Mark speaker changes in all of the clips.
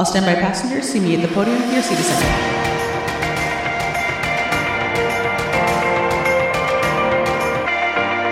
Speaker 1: All standby passengers, see me at the podium for your seat assignment.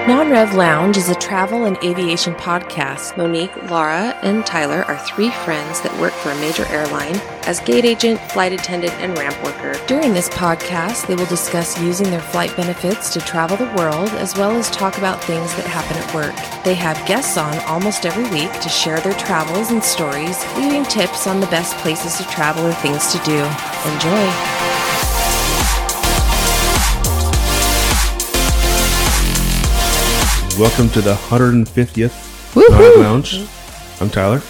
Speaker 2: Non Rev Lounge is a travel and aviation podcast. Monique, Laura, and Tyler are three friends that work for a major airline as gate agent, flight attendant, and ramp worker. During this podcast, they will discuss using their flight benefits to travel the world as well as talk about things that happen at work. They have guests on almost every week to share their travels and stories, leaving tips on the best places to travel and things to do. Enjoy.
Speaker 3: Welcome to the 150th
Speaker 4: Woohoo!
Speaker 3: Nod Lounge. I'm Tyler,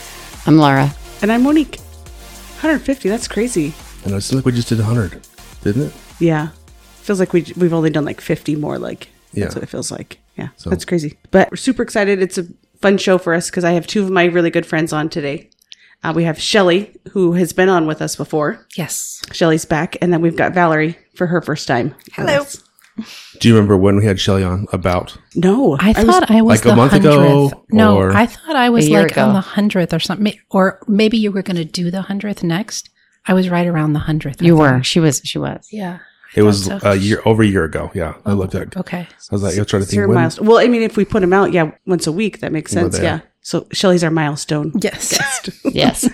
Speaker 4: I'm Laura.
Speaker 1: And I'm Monique. 150, that's crazy.
Speaker 3: and it's like we just did 100, didn't it?
Speaker 1: Yeah. Feels like we, we've only done like 50 more. Like, that's
Speaker 3: Yeah.
Speaker 1: what it feels like. Yeah.
Speaker 3: So-
Speaker 1: That's crazy. But we're super excited. It's a fun show for us because I have two of my really good friends on today. Uh, we have Shelly, who has been on with us before.
Speaker 2: Yes.
Speaker 1: Shelly's back. And then we've got Valerie for her first time.
Speaker 2: Hello.
Speaker 3: Do you remember when we had Shelly on about?
Speaker 1: No.
Speaker 5: I thought I was,
Speaker 3: Like a
Speaker 5: the
Speaker 3: month
Speaker 5: hundredth.
Speaker 3: ago,
Speaker 5: no,
Speaker 3: or-
Speaker 5: I thought I was
Speaker 4: A year
Speaker 5: like on
Speaker 4: ago.
Speaker 5: the hundredth or something, or maybe you were going to do the hundredth next. I was right around the hundredth.
Speaker 4: You were. She was. She was.
Speaker 5: yeah.
Speaker 3: It was
Speaker 5: thought so.
Speaker 3: a year over a year ago. Yeah,
Speaker 4: Oh,
Speaker 3: I looked at. I
Speaker 5: Okay,
Speaker 3: was like, I was trying to
Speaker 1: It's your
Speaker 3: think when.
Speaker 1: milestone. Well, I mean, if we put them out, yeah, once a week, that makes
Speaker 3: We're
Speaker 1: sense.
Speaker 3: there.
Speaker 1: Yeah. So Shelly's our milestone.
Speaker 5: yes,
Speaker 4: Yes.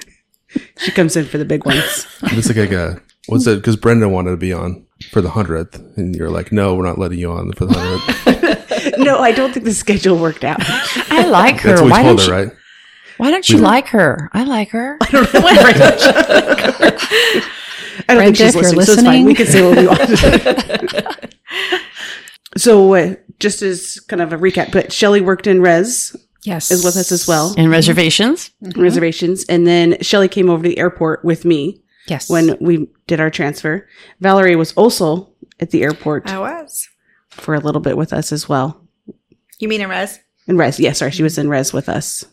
Speaker 1: She comes in for the big ones.
Speaker 3: It's like, like a what's it? Because Brendan wanted to be on for the hundredth, and you're like, no, we're not letting you on for the hundredth.
Speaker 1: no, I don't think the schedule worked out.
Speaker 4: I like her.
Speaker 3: That's what we
Speaker 4: why,
Speaker 3: told
Speaker 4: don't
Speaker 3: her,
Speaker 4: you,
Speaker 3: right?
Speaker 4: why don't you like her? I like her.
Speaker 1: I don't think
Speaker 5: Brenda,
Speaker 1: she's
Speaker 5: if you're
Speaker 1: listening, so it's fine.
Speaker 5: listening.
Speaker 1: We can say what we want. so, uh, just as kind of a recap, but Shelly worked in res
Speaker 5: yes,
Speaker 1: is with us as well,
Speaker 4: And reservations?
Speaker 5: Mm-hmm.
Speaker 1: reservations, and then Shelly came over to the airport with me
Speaker 5: Yes,
Speaker 1: when we did our transfer. Valerie was also at the airport
Speaker 6: I was.
Speaker 1: for a little bit with us as well.
Speaker 6: You mean in res?
Speaker 1: In res, yes, sorry, she was in res with us,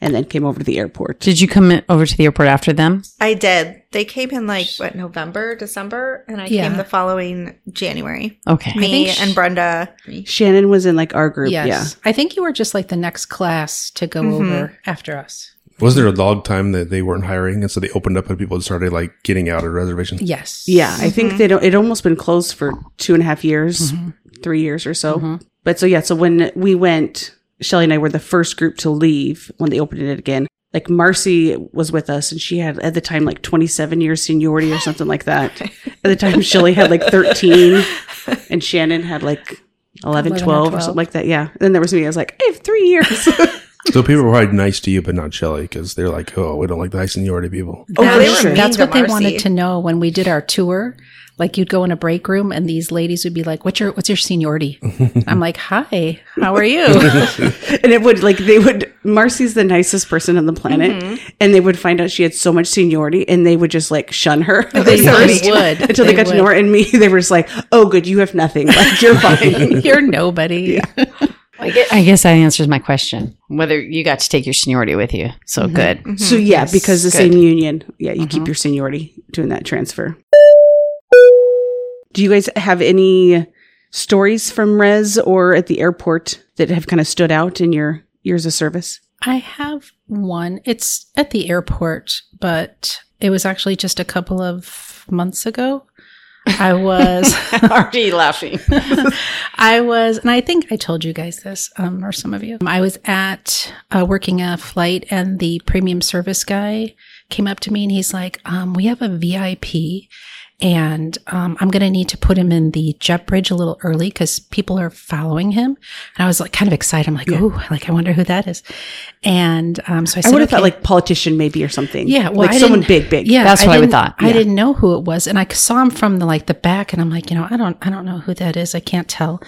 Speaker 1: and then came over to the airport.
Speaker 4: Did you come in- over to the airport after them?
Speaker 6: I did. They came in like what November, December, and I
Speaker 5: Yeah.
Speaker 6: came the following January.
Speaker 4: Okay.
Speaker 6: Me
Speaker 5: think sh-
Speaker 6: and Brenda.
Speaker 1: Shannon was in like our group,
Speaker 5: yes.
Speaker 1: yeah.
Speaker 5: I think you were just like the next class to go
Speaker 4: Mm-hmm.
Speaker 6: Mhm.
Speaker 5: over after us.
Speaker 3: Wasn't there a log time that they weren't hiring, and so they opened up and people started like getting out of reservations?
Speaker 5: Yes,
Speaker 1: Yeah, I think they don't. It almost been closed for two and a half years, three years or so. But so yeah, so when we went, Shelly and I were the first group to leave when they opened it again. Like Marcy was with us, and she had at the time like 27 years seniority or something like that. at the time, Shelly had like 13, and Shannon had like 11,
Speaker 5: 11 or
Speaker 1: 12, or
Speaker 5: 12.
Speaker 1: something like that. Yeah. Then there was me. I was like, I have three years.
Speaker 3: So people were probably nice to you, but not Shelly, because they're like, oh, we don't like the high seniority people.
Speaker 1: Oh,
Speaker 5: That's-
Speaker 1: they were mean
Speaker 5: That's
Speaker 6: to
Speaker 5: what they
Speaker 6: Marcy.
Speaker 5: wanted to know when we did our tour. Like you'd go in a break room and these ladies would be like, "What's your what's your seniority?" I'm like, "Hi, how are you?"
Speaker 1: and it would like they would marcy's the nicest person on the planet
Speaker 5: Mm-hmm.
Speaker 1: and they would find out she had so much seniority and they would just like shun her
Speaker 5: Oh, They
Speaker 1: first
Speaker 5: certainly would.
Speaker 1: until they,
Speaker 5: They
Speaker 1: got to know her
Speaker 5: would.
Speaker 1: and me they were just like oh good you have nothing like you're fine
Speaker 5: You're nobody.
Speaker 4: I guess, I guess that answers my question. Whether you got to take your seniority with you. So good.
Speaker 1: so yeah because the
Speaker 4: Good.
Speaker 1: same union yeah you
Speaker 5: Mm-hmm.
Speaker 1: keep your seniority doing that transfer do you guys have any stories from res or at the airport that have kind of stood out in your years of service
Speaker 5: I have one. It's at the airport, but it was actually just a couple of months ago. I was,
Speaker 4: Already laughing.
Speaker 5: I was, and I think I told you guys this, um, or some of you. I was at uh, working a flight, and the premium service guy came up to me and he's like, um, "We have a VIP, and um, I'm going to need to put him in the jet bridge a little early because people are following him." And I was like, kind of excited. I'm like, "Oh, like I wonder who that is." And um, so I,
Speaker 1: i
Speaker 5: said,
Speaker 1: would have thought
Speaker 5: "Okay."
Speaker 1: like politician maybe or something
Speaker 5: Yeah, well,
Speaker 1: like
Speaker 5: I
Speaker 1: someone big
Speaker 5: didn't-
Speaker 1: big
Speaker 5: Yeah,
Speaker 4: That's what I would
Speaker 5: didn't-
Speaker 4: thought,
Speaker 5: I
Speaker 4: yeah.
Speaker 5: didn't know who it was, and I saw him from the like the back, and I'm like, you know, I don't, I don't know who that is. I can't tell.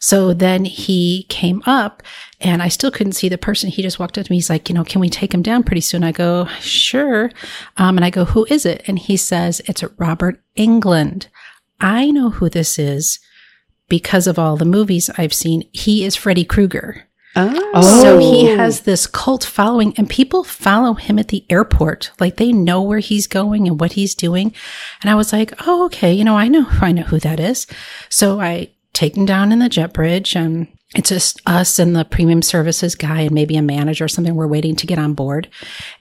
Speaker 5: So then he came up, and I still couldn't see the person. He just walked up to me. He's like, you know, can we take him down pretty soon? I go, sure. Um, and I go, who is it? And he says, it's Robert England. I know who this is because of all the movies I've seen. He is Freddy Krueger.
Speaker 4: Oh.
Speaker 5: So he has this cult following, and people follow him at the airport. Like they know where he's going and what he's doing. And I was like, oh, okay, you know, I know, I know who that is. So I take him down in the jet bridge, and It's just us and the premium services guy and maybe a manager or something. We're waiting to get on board.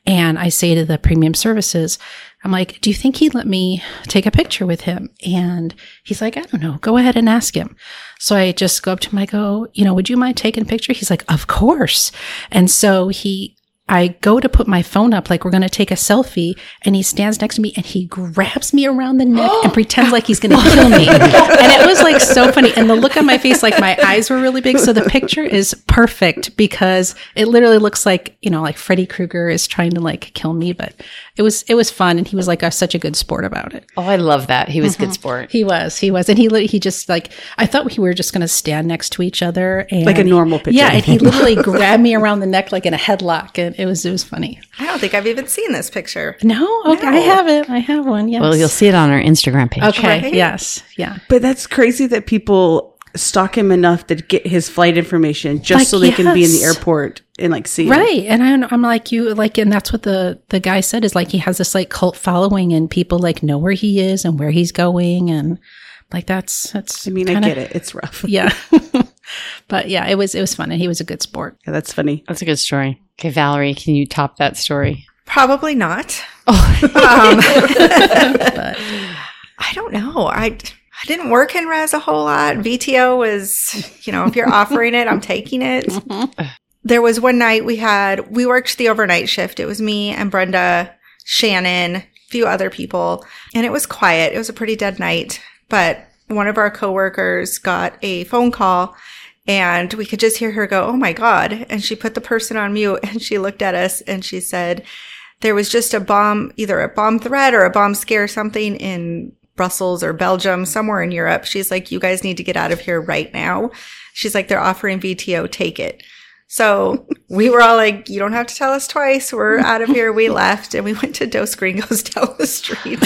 Speaker 5: And I say to the premium services, I'm like, do you think he'd let me take a picture with him? And he's like, I don't know. Go ahead and ask him. So I just go up to him. I go, you know, would you mind taking a picture? He's like, of course. And so he, I go to put my phone up, like we're going to take a selfie. And he stands next to me and he grabs me around the neck and pretends like he's going to kill me. And it was like so funny. And the look on my face, like my eyes were really big. So the picture is perfect because it literally looks like, you know, like Freddy Krueger is trying to like kill me. But it was, it was fun. And he was like a, such a good sport about it.
Speaker 4: Oh, I love that. He was good sport.
Speaker 5: He was, he was, and he lit- he just like I thought we were just going to stand next to each other and
Speaker 1: Like a normal picture.
Speaker 5: Yeah, and he literally grabbed me around the neck like in a headlock, and it was it was funny.
Speaker 6: I don't think I've even seen this picture.
Speaker 5: No, okay, I have it. I have one. Yes.
Speaker 4: Well, you'll see it on our Instagram page.
Speaker 5: Okay.
Speaker 6: Right?
Speaker 5: Yes. Yeah.
Speaker 1: But that's crazy that people stalk him enough to get his flight information just
Speaker 5: Like,
Speaker 1: so they can be in the
Speaker 5: yes.
Speaker 1: airport and like see him.
Speaker 5: Right. And I'm, I'm like, you like, and that's what the, the guy said is like, he has this like cult following and people like know where he is and where he's going. And like, that's, that's,
Speaker 1: I mean,
Speaker 5: kinda-
Speaker 1: I get it. It's rough. Yeah,
Speaker 5: Yeah. but yeah, it was, it was fun. And he was a good sport.
Speaker 1: that's funny.
Speaker 4: That's a good story. Okay, Valerie, can you top that story?
Speaker 6: Probably not.
Speaker 4: Oh,
Speaker 6: Um,
Speaker 5: But
Speaker 6: I don't know. I I didn't work in res a whole lot. VTO was, you know, if you're offering it, I'm taking it. There was one night we had we worked the overnight shift. It was me and Brenda, Shannon, a few other people, and it was quiet. It was a pretty dead night, but one of our coworkers got a phone call and we could just hear her go, "Oh my god." And she put the person on mute and she looked at us and she said, there was just a bomb, either a bomb threat or a bomb scare, something in Brussels or Belgium, somewhere in Europe. She's like, you guys need to get out of here right now. She's like, they're offering VTO, take it. So we were all like, you don't have to tell us twice. We're out of here. We left and we went to Dos Gringos down the street.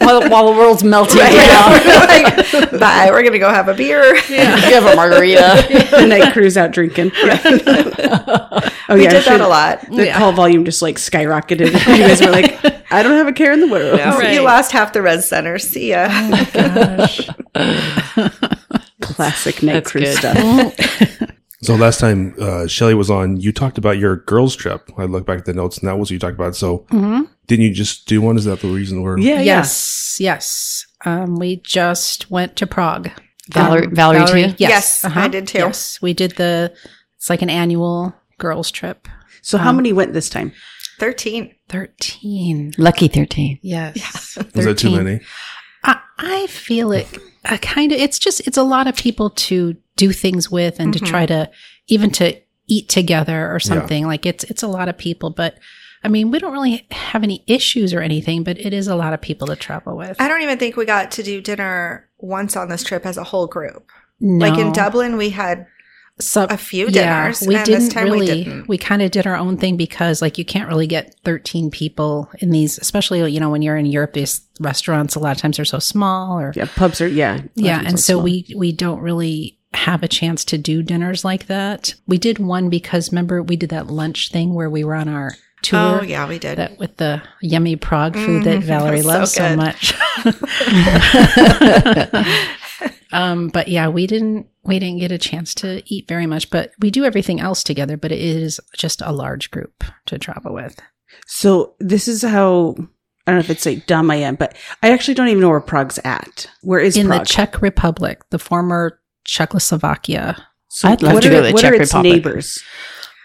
Speaker 4: while, while the world's melting down,
Speaker 6: we're like, bye. We're going to go have a beer.
Speaker 4: you have a margarita.
Speaker 1: the night cruise out drinking. oh
Speaker 6: We
Speaker 1: yeah,
Speaker 6: did
Speaker 1: I'm
Speaker 6: that a
Speaker 1: sure
Speaker 6: lot.
Speaker 1: The call volume just like skyrocketed. you guys were like, I don't have a care in the world.
Speaker 6: You lost half the res center. See ya.
Speaker 1: Classic night
Speaker 4: That's
Speaker 1: cruise
Speaker 4: good.
Speaker 1: stuff.
Speaker 3: So last time uh, Shelly was on, you talked about your girls' trip. I looked back at the notes, and that was what you talked about. So
Speaker 5: Mm-hmm.
Speaker 3: didn't you just do one? Is that the reason we're
Speaker 1: Yeah, yes.
Speaker 5: yes. Yes. Um, we just went to Prague.
Speaker 4: Valerie,
Speaker 5: Um,
Speaker 4: Valerie, too.
Speaker 5: Yes. uh-huh.
Speaker 6: Yes, I did too.
Speaker 5: Yes. We did the, it's like an annual girls trip. Um,
Speaker 1: So how many went this time?
Speaker 6: 13.
Speaker 5: 13.
Speaker 4: Lucky thirteen.
Speaker 5: Yes.
Speaker 3: Was that too
Speaker 5: 13.
Speaker 3: many?
Speaker 5: I, I feel it I kind of, it's just, it's a lot of people to do things with and
Speaker 6: Mm-hmm.
Speaker 5: to try to, even to eat together or something. Like it's, it's a lot of people, but I mean, we don't really have any issues or anything, but it is a lot of people to travel with.
Speaker 6: I don't even think we got to do dinner once on this trip as a whole group.
Speaker 5: No.
Speaker 6: Like in Dublin, we had
Speaker 5: So-
Speaker 6: a few
Speaker 5: yeah,
Speaker 6: dinners.
Speaker 5: we
Speaker 6: and
Speaker 5: didn't
Speaker 6: this time
Speaker 5: really,
Speaker 6: we
Speaker 5: we,
Speaker 6: didn't.
Speaker 5: kind of did our own thing because like you can't really get 13 people in these, especially, you know, when you're in Europe, these restaurants, a lot of times they're so small or
Speaker 1: Yeah, pubs are yeah.
Speaker 5: yeah
Speaker 1: pubs are
Speaker 5: and so
Speaker 1: small.
Speaker 5: we we don't really have a chance to do dinners like that we did one because remember we did that lunch thing where we were on our tour
Speaker 6: Oh yeah, we did.
Speaker 5: that with the yummy prague food that
Speaker 6: Mhm,
Speaker 5: valerie
Speaker 6: so
Speaker 5: loves so,
Speaker 6: good.
Speaker 5: much um but yeah we didn't we didn't get a chance to eat very much but we do everything else together but it is just a large group to travel with
Speaker 1: So this is how I don't know if it's like dumb I am, but I actually don't even know where Prague's at. Where is
Speaker 5: in
Speaker 1: Prague?
Speaker 5: the czech republic the former czechoslovakia
Speaker 1: so
Speaker 4: I'd love
Speaker 1: what
Speaker 4: to
Speaker 1: are,
Speaker 4: go to the
Speaker 1: what are
Speaker 4: Czech
Speaker 1: its
Speaker 4: Republic.
Speaker 1: neighbors?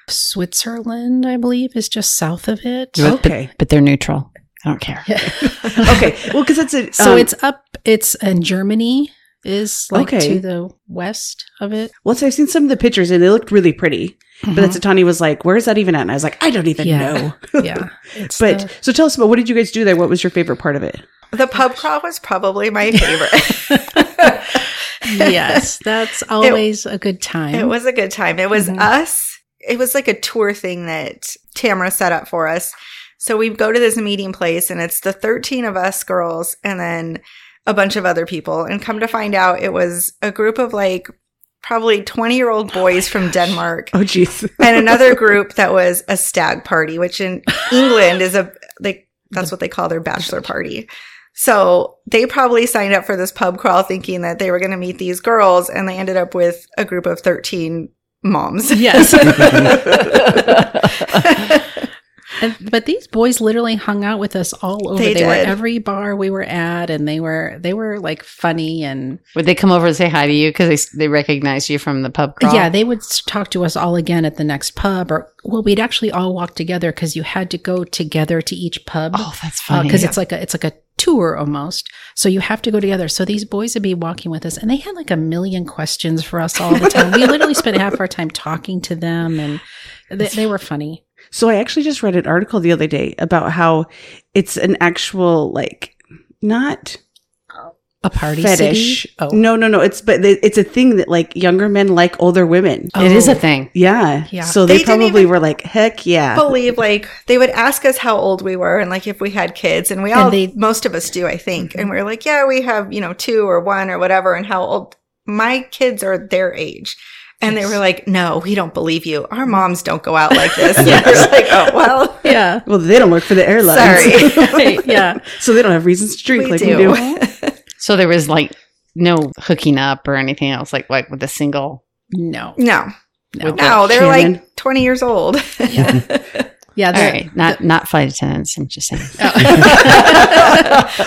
Speaker 5: Switzerland, I believe, is just south of it.
Speaker 4: But-
Speaker 1: Okay.
Speaker 4: but, they're neutral. I don't care.
Speaker 1: Okay, well, because that's a
Speaker 5: So
Speaker 1: um,
Speaker 5: it's up. It's and Germany is like
Speaker 1: Okay.
Speaker 5: to the west of it.
Speaker 1: Well, so I've seen some of the pictures and they looked really pretty. But that's Tani was like, "Where is that even at?" And I was like, "I don't even
Speaker 5: Mm-hmm.
Speaker 1: know."
Speaker 5: Yeah. yeah. It's
Speaker 1: But
Speaker 5: the-
Speaker 1: so tell us about what did you guys do there? What was your favorite part of it?
Speaker 6: The pub crawl was probably my favorite.
Speaker 5: yes, that's always a good time.
Speaker 6: it was a good time. It
Speaker 5: Mm-hmm.
Speaker 6: was us. It was like a tour thing that Tamara set up for us. So we go to this meeting place and it's the 13 of us girls and then a bunch of other people. And come to find out it was a group of like probably 20 year
Speaker 5: Oh
Speaker 6: old boys from Denmark
Speaker 1: Oh, jeez.
Speaker 6: and another group that was a stag party, which in England is a like that's what they call their bachelor party. So they probably signed up for this pub crawl thinking that they were going to meet these girls, and they ended up with a group of 13 moms.
Speaker 4: Yes.
Speaker 5: And, but these boys literally hung out with us all over.
Speaker 6: They
Speaker 5: They, were
Speaker 6: did.
Speaker 5: every bar we were at, and they were they were like funny and
Speaker 4: Would they come over and say hi to you because they s- they recognized you from the pub crawl?
Speaker 5: yeah. They would s- talk to us all again at the next pub, or well, we'd actually all walk together because you had to go together to each pub.
Speaker 4: oh, that's funny.
Speaker 5: because Uh, it's like a it's like a tour almost. So you have to go together. So these boys would be walking with us, and they had like a million questions for us all the time. we literally spent half our time talking to them, and they, they were funny.
Speaker 1: So I actually just read an article the other day about how it's an actual like not
Speaker 5: A party
Speaker 1: fetish.
Speaker 5: city. Oh
Speaker 1: No, no, no. It's but they- it's a thing that like younger men like older women.
Speaker 5: Oh.
Speaker 4: It is a thing.
Speaker 1: Yeah.
Speaker 5: Yeah.
Speaker 1: So they,
Speaker 6: They didn't
Speaker 1: probably
Speaker 6: even-
Speaker 1: were like, heck yeah.
Speaker 6: believe like they would ask us how old we were and like if we had kids and we all
Speaker 5: And they- Mm-hmm.
Speaker 6: most of us do i think and we are like yeah we have you know two or one or whatever and how old my kids are their age and they were like no we don't believe you
Speaker 5: Mm-hmm.
Speaker 6: our moms don't go out like this and we were like oh well
Speaker 5: yeah.
Speaker 1: well, they don't work for the airlines.
Speaker 6: sorry
Speaker 5: Right, yeah.
Speaker 1: so they don't have reasons to drink
Speaker 6: we
Speaker 1: like we
Speaker 6: do
Speaker 1: do.
Speaker 4: So there was like no hooking up or anything else, like like with a single.
Speaker 5: No.
Speaker 6: no
Speaker 5: No.
Speaker 6: no they're
Speaker 1: Shannon.
Speaker 6: like 20 years old
Speaker 5: Yeah.
Speaker 4: All
Speaker 5: they're-
Speaker 4: right, not not flight attendants. I'm just saying.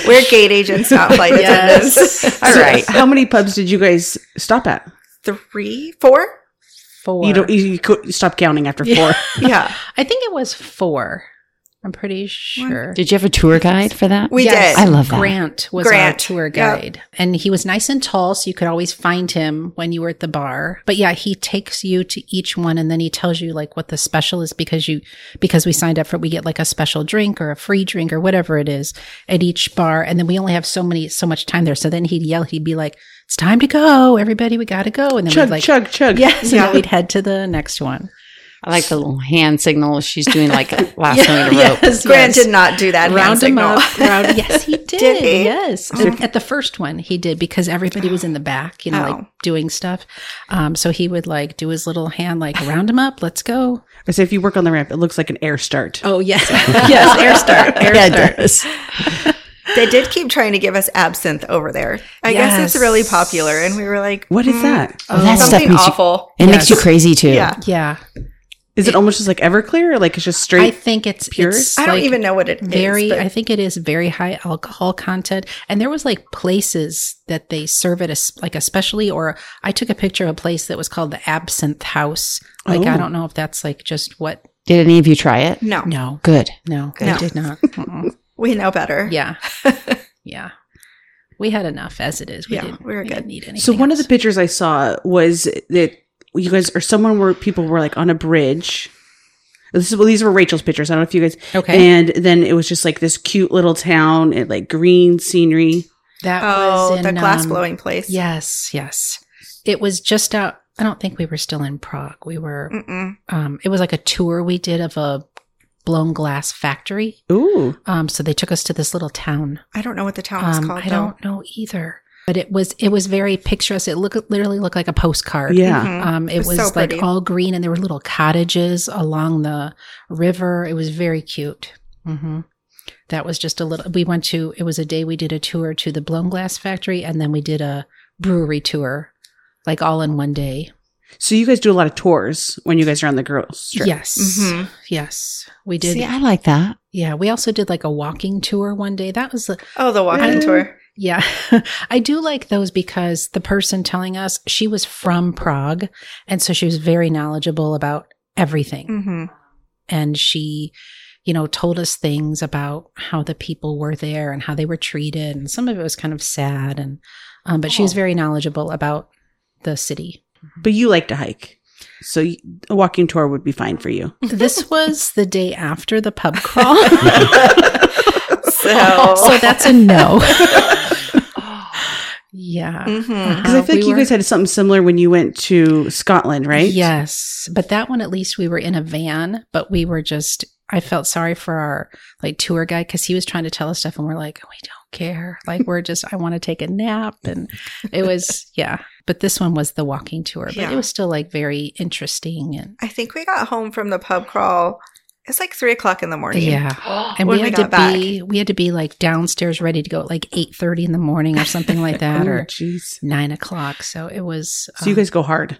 Speaker 6: we're gate agents not flight attendants
Speaker 5: Yes.
Speaker 4: All
Speaker 1: So
Speaker 4: right.
Speaker 1: How many pubs did you guys stop at?
Speaker 6: three four
Speaker 5: Four.
Speaker 1: You don't. e You, you could stop counting after
Speaker 5: Yeah.
Speaker 1: four.
Speaker 6: yeah
Speaker 5: I think it was four. I'm pretty sure.
Speaker 4: Did you have a tour guide for that?
Speaker 6: we
Speaker 5: Yes.
Speaker 6: did
Speaker 4: I love that.
Speaker 5: Grant was
Speaker 6: Grant,
Speaker 5: our tour
Speaker 6: yep.
Speaker 5: guide. And he was nice and tall, so you could always find him when you were at the bar. But yeah, he takes you to each one and then he tells you like what the special is because you because we signed up for we get like a special drink or a free drink or whatever it is at each bar. And then we only have so many so much time there. So then he'd yell, he'd be like, It's time to go, everybody, we gotta go. And then
Speaker 1: chug,
Speaker 5: we'd like
Speaker 1: chug, chug.
Speaker 5: Yeah, so now we'd head to the next one.
Speaker 4: I like the little hand signal she's doing, like last night a rope.
Speaker 5: yes,
Speaker 6: grant
Speaker 5: yes.
Speaker 6: did not do that hand
Speaker 5: round him
Speaker 6: signal.
Speaker 5: up. Round, yes, he did.
Speaker 6: Did he?
Speaker 5: Yes, And at the first one he did because everybody was in the back, you know,
Speaker 6: Oh.
Speaker 5: like doing stuff. Um, so he would like do his little hand, like round him up, let's go.
Speaker 1: I say if you work on the ramp, it looks like an air start.
Speaker 5: Oh yes, yes, air start, air
Speaker 4: Yeah, it
Speaker 5: start.
Speaker 4: does.
Speaker 6: They did keep trying to give us absinthe over there. I guess it's really
Speaker 5: Yes.
Speaker 6: popular, and we were like,
Speaker 1: What is that?
Speaker 4: Oh, that stuff
Speaker 6: something
Speaker 4: makes you-
Speaker 6: awful."
Speaker 4: It makes you
Speaker 5: Yes.
Speaker 4: crazy too.
Speaker 6: Yeah,
Speaker 5: Yeah,
Speaker 1: Is it almost just like Everclear, or like it's just
Speaker 5: I
Speaker 1: straight?
Speaker 5: think it's
Speaker 1: Pure?
Speaker 5: It's
Speaker 6: I don't
Speaker 5: like
Speaker 6: even know what it is.
Speaker 5: very.
Speaker 6: but
Speaker 5: I think it is very high alcohol content, and there was like places that they serve it as like especially. Or I took a picture of a place that was called the Absinthe House. Like I
Speaker 1: Oh.
Speaker 5: don't know if that's like just what.
Speaker 4: Did any of you try it?
Speaker 6: no,
Speaker 5: No,
Speaker 4: Good.
Speaker 5: no,
Speaker 6: No.
Speaker 5: I did not. Mm-mm.
Speaker 6: we know better.
Speaker 5: Yeah. yeah. We had enough as it is. We
Speaker 6: Yeah,
Speaker 5: didn't,
Speaker 6: we were
Speaker 5: we
Speaker 6: good.
Speaker 5: didn't need anything.
Speaker 1: so one of the
Speaker 5: else.
Speaker 1: pictures I saw was that you guys or someone were people were like on a bridge. This is well, these were Rachel's pictures. I don't know if you guys.
Speaker 5: Okay.
Speaker 1: And then it was just like this cute little town and like green scenery.
Speaker 5: that
Speaker 6: Oh,
Speaker 5: was in,
Speaker 6: the glass
Speaker 5: um,
Speaker 6: blowing place.
Speaker 5: Yes, yes. It was just out I don't think we were still in Prague. We were
Speaker 6: Mm-mm.
Speaker 5: um it was like a tour we did of a blown glass factory.
Speaker 1: Ooh,
Speaker 5: Um so they took us to this little town.
Speaker 6: I don't know what the town is
Speaker 5: Um,
Speaker 6: Oh, called.
Speaker 5: I don't know either. But it was it was very picturesque. It looked literally looked like a postcard.
Speaker 6: though.
Speaker 1: yeah.
Speaker 6: Mhm.
Speaker 5: Um, it
Speaker 6: was
Speaker 5: was,
Speaker 6: so
Speaker 5: like
Speaker 6: pretty.
Speaker 5: all green, and there were little cottages along the river. It was very cute. hmm That was just a little. We went to. It was a day we did a tour to the blown glass factory, and then we did a brewery tour, like all in one day.
Speaker 1: So you guys do a lot of tours when you guys are on the girls trip.
Speaker 5: Yes,
Speaker 6: Mhm.
Speaker 5: yes, we did.
Speaker 4: See, I like that.
Speaker 5: yeah, we also did like a walking tour one day. That was the
Speaker 6: Oh, the walking
Speaker 5: I-
Speaker 6: tour.
Speaker 5: Yeah. I do like those because the person telling us she was from Prague and so she was very knowledgeable about everything.
Speaker 6: hmm
Speaker 5: and she you know told us things about how the people were there and how they were treated and some of it was kind of sad and um, but she was very knowledgeable about the city
Speaker 1: But you like to hike. So you, a walking tour would be fine for you.
Speaker 5: this was the day after the pub crawl
Speaker 6: So,
Speaker 5: so that's a no yeah
Speaker 6: Mhm.
Speaker 1: Because I
Speaker 5: Uh,
Speaker 1: feel like
Speaker 5: we
Speaker 1: you guys
Speaker 5: were-
Speaker 1: had something similar when you went to Scotland, right?
Speaker 5: Yes. But that one, at least we were in a van, but we were just, I felt sorry for our like tour guide because he was trying to tell us stuff and we're like, we don't care. Like, we're just, I want to take a nap. And it was, yeah. But this one was the walking tour, but
Speaker 6: Yeah.
Speaker 5: it was still like very interesting. And
Speaker 6: I think we got home from the pub crawl It's like three o'clock in the morning.
Speaker 5: Yeah. And
Speaker 6: Oh, When
Speaker 5: we
Speaker 6: we
Speaker 5: had to
Speaker 6: got back.
Speaker 5: be we had to be like downstairs ready to go at like eight thirty in the morning or something like that
Speaker 1: Oh,
Speaker 5: or
Speaker 1: jeez.
Speaker 5: nine o'clock. So it was
Speaker 1: So you
Speaker 5: um,
Speaker 1: guys go hard.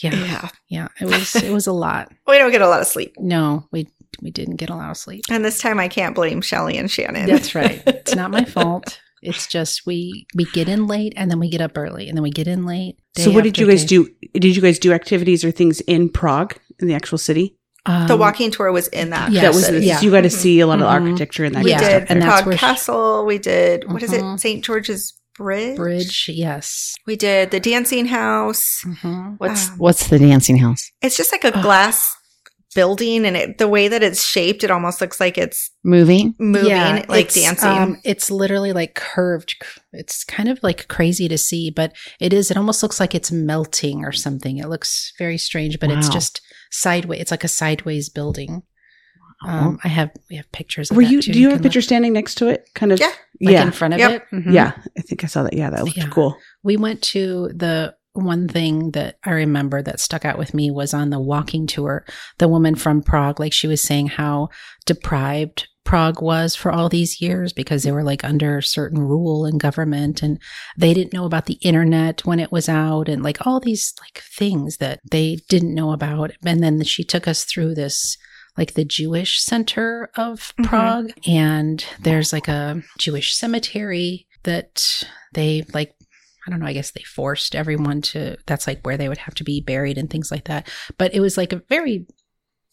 Speaker 5: yeah,
Speaker 6: Yeah.
Speaker 5: yeah. It was it was a lot.
Speaker 6: We don't get a lot of sleep.
Speaker 5: No, we we didn't get a lot of sleep.
Speaker 6: And this time I can't blame Shelly and Shannon.
Speaker 5: That's right. It's not my fault. It's just we we get in late and then we get up early and then we get in late.
Speaker 1: so what did you guys do? Did you guys do activities or things in Prague in the actual city?
Speaker 5: Um,
Speaker 6: the walking tour was in that.
Speaker 5: Yeah.
Speaker 1: that was
Speaker 5: so-
Speaker 1: this,
Speaker 6: city.
Speaker 5: yeah.
Speaker 1: you got to see a lot of
Speaker 5: Mhm.
Speaker 1: architecture in that.
Speaker 6: We
Speaker 5: Yeah.
Speaker 1: stuff
Speaker 6: did
Speaker 1: there.
Speaker 5: and that's
Speaker 6: Prague
Speaker 5: where she-
Speaker 6: Castle. We did what is
Speaker 5: Mhm.
Speaker 6: it? St. George's Bridge.
Speaker 5: bridge. Yes.
Speaker 6: We did the dancing house.
Speaker 1: Mm-hmm.
Speaker 5: Mhm.
Speaker 4: What's
Speaker 6: Um,
Speaker 4: what's the dancing house?
Speaker 6: It's just like a glass building, and it, the way that it's shaped, it almost looks like it's
Speaker 4: Moving?
Speaker 1: Ah.
Speaker 6: moving,
Speaker 5: Yeah,
Speaker 6: like
Speaker 5: it's,
Speaker 6: dancing.
Speaker 5: um, it's literally like curved. c- It's kind of like crazy to see, but it is. It almost looks like it's melting or something. It looks very strange, but it's
Speaker 4: Wow.
Speaker 5: just sideways. It's like a sideways building. Um, I have we have pictures. Of
Speaker 1: Were
Speaker 5: that,
Speaker 1: you?
Speaker 5: too.
Speaker 1: Do you have a
Speaker 5: can look-
Speaker 1: picture standing next to it? Kind of.
Speaker 6: Yeah.
Speaker 5: like
Speaker 1: yeah.
Speaker 5: in front of
Speaker 6: Yep.
Speaker 5: it? Mhm.
Speaker 1: yeah. I think I saw that. Yeah, that looked
Speaker 5: Yeah.
Speaker 1: cool.
Speaker 5: We went to the one thing that I remember that stuck out with me was on the walking tour. The woman from Prague, like she was saying how deprived Prague was for all these years because they were like under certain rule and government and they didn't know about the internet when it was out and like all these like things that they didn't know about. And then she took us through this like the Jewish center of
Speaker 6: Mhm.
Speaker 5: Prague and there's like a Jewish cemetery that they like I don't know, I guess they forced everyone to that's like where they would have to be buried and things like that. But it was like a very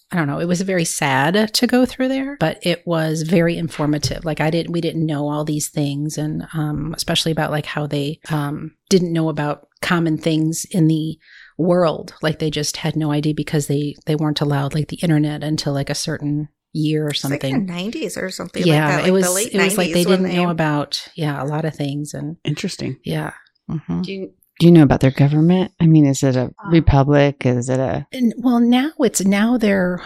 Speaker 5: I don't know, it was very sad to go through there, but it was very informative. Like I didn't we didn't know all these things and um especially about like how they um didn't know about common things in the world. Like they just had no idea because they they weren't allowed like the internet until like a certain year or
Speaker 6: It's like the
Speaker 5: something.
Speaker 6: 90s or something
Speaker 5: yeah,
Speaker 6: like that. Like
Speaker 5: it was
Speaker 6: the late
Speaker 5: it was
Speaker 6: 90s
Speaker 5: like they
Speaker 6: when
Speaker 5: didn't know about yeah, a lot of things and
Speaker 1: Interesting.
Speaker 5: yeah. Mhm.
Speaker 4: Do you, do you know about their government? I mean, is it a republic? Is it a
Speaker 5: And, well, now it's now they're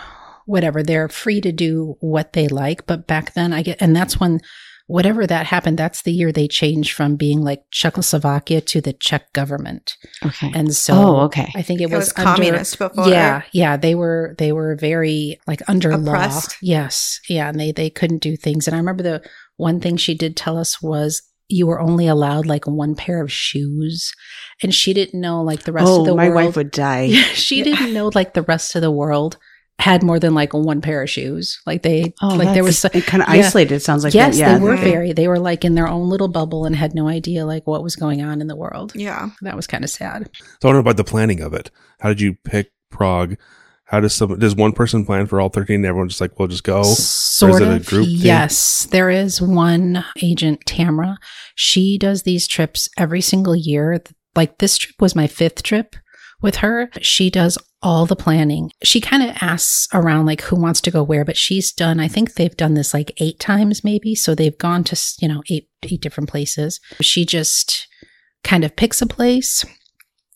Speaker 5: whatever they're free to do what they like, but back then I get and that's when whatever that happened. That's the year they changed from being like Czechoslovakia to the Czech government,
Speaker 4: okay?
Speaker 5: and so
Speaker 4: oh, okay.
Speaker 5: I think it
Speaker 6: It
Speaker 5: was,
Speaker 6: was
Speaker 5: under-
Speaker 6: communist before.
Speaker 5: Yeah, yeah, they were they were very like under law.
Speaker 6: Oppressed.
Speaker 5: Yes, yeah, and they they couldn't do things. And I remember the one thing she did tell us was you were only allowed like one pair of shoes, and she didn't know like the rest
Speaker 1: oh,
Speaker 5: of the
Speaker 1: my
Speaker 5: world.
Speaker 1: wife would die.
Speaker 5: Yeah, she didn't know like the rest of the world had more than like one pair of shoes. Like they,
Speaker 4: Oh,
Speaker 5: like there was. so-
Speaker 1: And kind of
Speaker 5: Yeah.
Speaker 1: isolated. It sounds like
Speaker 5: yes,
Speaker 1: that. Yeah.
Speaker 5: they were
Speaker 6: Mhm.
Speaker 5: very. They were like in their own little bubble and had no idea like what was going on in the world.
Speaker 6: Yeah.
Speaker 5: That was kind of sad.
Speaker 3: So I wonder about the planning of it. How did you pick Prague? How does some does one person plan for all thirteen? And everyone's just like, we'll just go.
Speaker 5: sort
Speaker 3: it a
Speaker 5: of.
Speaker 3: group thing?
Speaker 5: yes, there is one agent, Tamra. She does these trips every single year. Like this trip was my fifth trip with her. She does all the planning. She kind of asks around like who wants to go where, but she's done. I think they've done this like eight times maybe. So they've gone to s- you know eight eight different places. She just kind of picks a place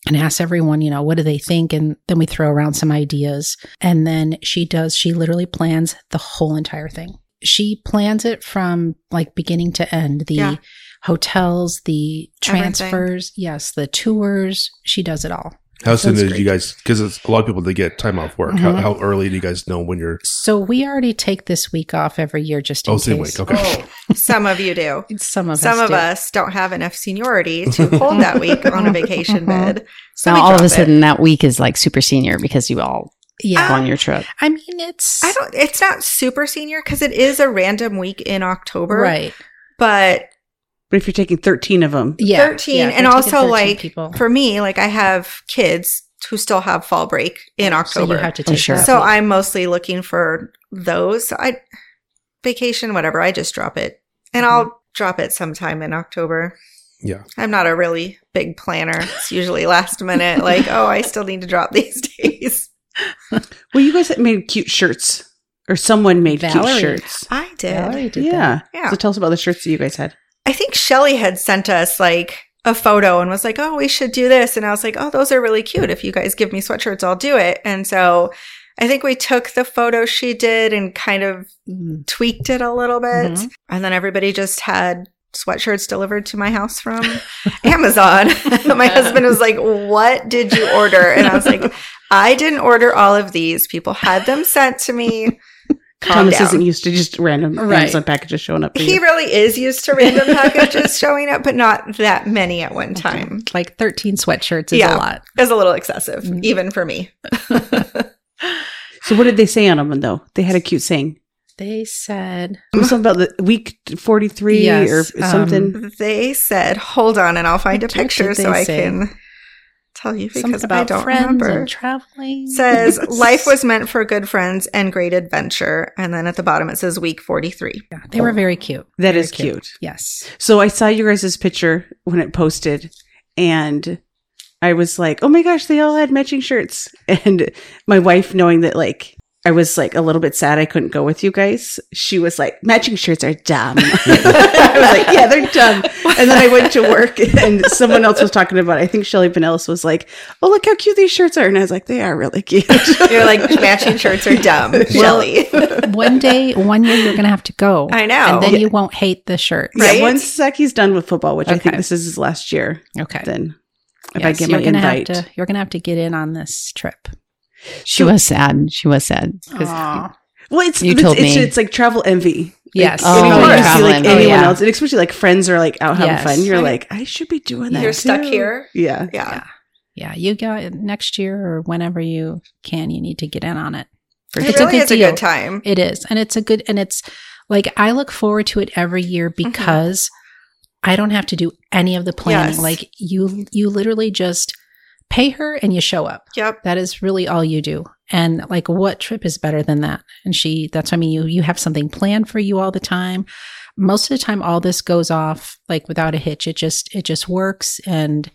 Speaker 5: and asks everyone, you know, what do they think? And then we throw around some ideas. And then she does, she literally plans the whole entire thing. She plans it from like beginning to end the
Speaker 6: Yeah.
Speaker 5: hotels, the
Speaker 6: Everything.
Speaker 5: transfers, yes, the tours. She does it all.
Speaker 3: How soon
Speaker 5: Sounds
Speaker 3: did
Speaker 5: great.
Speaker 3: you guys? Because a lot of people they get time off work.
Speaker 5: Mhm.
Speaker 3: How, how early do you guys know when you're?
Speaker 5: So we already take this week off every year just in
Speaker 3: Oh,
Speaker 5: case.
Speaker 3: same week. Okay.
Speaker 6: Some of you do.
Speaker 5: Some of
Speaker 6: Some
Speaker 5: us
Speaker 6: of
Speaker 5: do.
Speaker 6: us don't have enough seniority to hold that week on a vacation bed. So we
Speaker 4: now all of
Speaker 6: drop
Speaker 4: a
Speaker 6: it.
Speaker 4: sudden that week is like super senior because you all
Speaker 5: Yeah.
Speaker 4: go on your trip.
Speaker 5: I mean, it's
Speaker 6: Uh, I don't. It's not super senior because it is a random week in October,
Speaker 5: right.
Speaker 6: But
Speaker 1: But if you're taking 13 of them,
Speaker 5: Yeah.
Speaker 6: 13,
Speaker 5: Yeah,
Speaker 6: and
Speaker 5: they're taking
Speaker 6: also,
Speaker 5: 13
Speaker 6: like,
Speaker 5: people.
Speaker 6: for me, like I have kids who still have fall break in
Speaker 5: So you
Speaker 6: October,
Speaker 5: have to
Speaker 4: Oh,
Speaker 5: take
Speaker 4: sure.
Speaker 5: that
Speaker 6: so
Speaker 5: week.
Speaker 6: I'm mostly looking for those. So I vacation, whatever. I just drop it, and
Speaker 5: Mm-hmm.
Speaker 6: I'll drop it sometime in October.
Speaker 3: Yeah.
Speaker 6: I'm not a really big planner. It's usually last minute. Like, oh, I still need to drop these days.
Speaker 1: well, you guys made cute shirts, or someone made
Speaker 5: Valerie.
Speaker 1: cute shirts.
Speaker 6: I did.
Speaker 5: Valerie Oh, did that.
Speaker 1: yeah.
Speaker 6: Yeah.
Speaker 1: So tell us about the shirts that you guys had.
Speaker 6: I think Shelly had sent us like a photo and was like, oh, we should do this. And I was like, oh, those are really cute. If you guys give me sweatshirts, I'll do it. And so I think we took the photo she did and kind of
Speaker 5: Mm.
Speaker 6: tweaked it a little bit.
Speaker 5: Mhm.
Speaker 6: And then everybody just had sweatshirts delivered to my house from Amazon. my husband was like, what did you order? And I was like, I didn't order all of these. People had them sent to me. Calm
Speaker 1: Thomas
Speaker 6: down.
Speaker 1: isn't used to just random
Speaker 5: Right.
Speaker 1: Amazon packages showing up. For
Speaker 6: he
Speaker 1: you.
Speaker 6: really is used to random packages showing up, but not that many at one time.
Speaker 5: Like 13 sweatshirts is
Speaker 6: Yeah.
Speaker 5: a lot.
Speaker 6: It's a little excessive,
Speaker 5: Mhm.
Speaker 6: even for me.
Speaker 1: So what did they say on them though? They had a cute saying.
Speaker 5: They said,
Speaker 1: It was something about the week forty three or
Speaker 5: Yes, um,
Speaker 1: something.
Speaker 6: They said, "Hold on, and I'll find a
Speaker 5: What did
Speaker 6: picture
Speaker 5: they
Speaker 6: so I
Speaker 5: say?
Speaker 6: can tell you
Speaker 5: something
Speaker 6: because I
Speaker 5: about
Speaker 6: don't
Speaker 5: friends
Speaker 6: remember."
Speaker 5: and traveling.
Speaker 6: says life was meant for good friends and great adventure, and then at the bottom it says week forty three.
Speaker 5: Yeah, they were very cute.
Speaker 1: That
Speaker 5: Very
Speaker 1: is cute.
Speaker 5: Yes.
Speaker 1: So I saw your guys' picture when it posted, and I was like, "Oh my gosh, they all had matching shirts." And my wife, knowing that like I was like a little bit sad I couldn't go with you guys, she was like, "Matching shirts are dumb." I was like, "Yeah, they're dumb." And then I went to work, and someone else was talking about. It. I think Shelly Pinellas was like, "Oh, look how cute these shirts are," and I was like, "They are really cute."
Speaker 6: You're like matching shirts are dumb, Shelly.
Speaker 5: one day, one year, you're going to have to go.
Speaker 6: I know.
Speaker 5: And then you won't hate the shirt.
Speaker 1: Yeah,
Speaker 6: Right?
Speaker 1: once Saki's done with football, which I think
Speaker 5: Okay.
Speaker 1: this is his last year,
Speaker 5: Okay.
Speaker 1: then if I
Speaker 5: Yes,
Speaker 1: get my
Speaker 5: you're gonna have
Speaker 1: invite,
Speaker 5: to- you're going to have to get in on this trip.
Speaker 4: She was sad. She was sad. 'Cause-
Speaker 1: Well, it's
Speaker 4: You
Speaker 1: it's,
Speaker 4: told
Speaker 1: it's,
Speaker 4: me.
Speaker 1: it's like travel envy.
Speaker 5: Yes.
Speaker 1: Like,
Speaker 4: Oh,
Speaker 1: anytime
Speaker 4: yeah.
Speaker 1: you see like
Speaker 4: Travel envy.
Speaker 1: anyone
Speaker 4: Oh, yeah.
Speaker 1: else, and especially like friends are like out having
Speaker 5: Yes.
Speaker 1: fun. You're
Speaker 6: I-
Speaker 1: like, I should be doing that.
Speaker 6: You're stuck
Speaker 1: too."
Speaker 6: here?
Speaker 1: Yeah.
Speaker 6: yeah.
Speaker 5: Yeah, you go next year or whenever you can. You need to get in on it. For
Speaker 6: It really is a good time.
Speaker 5: It is, and it's a good, and it's like I look forward to it every year because I don't have to do any of the planning.
Speaker 6: Yes.
Speaker 5: Like you, you literally just pay her and you show up.
Speaker 6: Yep.
Speaker 5: That is really all you do. And like, what trip is better than that? And she, that's, what I mean, you, you have something planned for you all the time. Most of the time, all this goes off like without a hitch. It just, it just works. And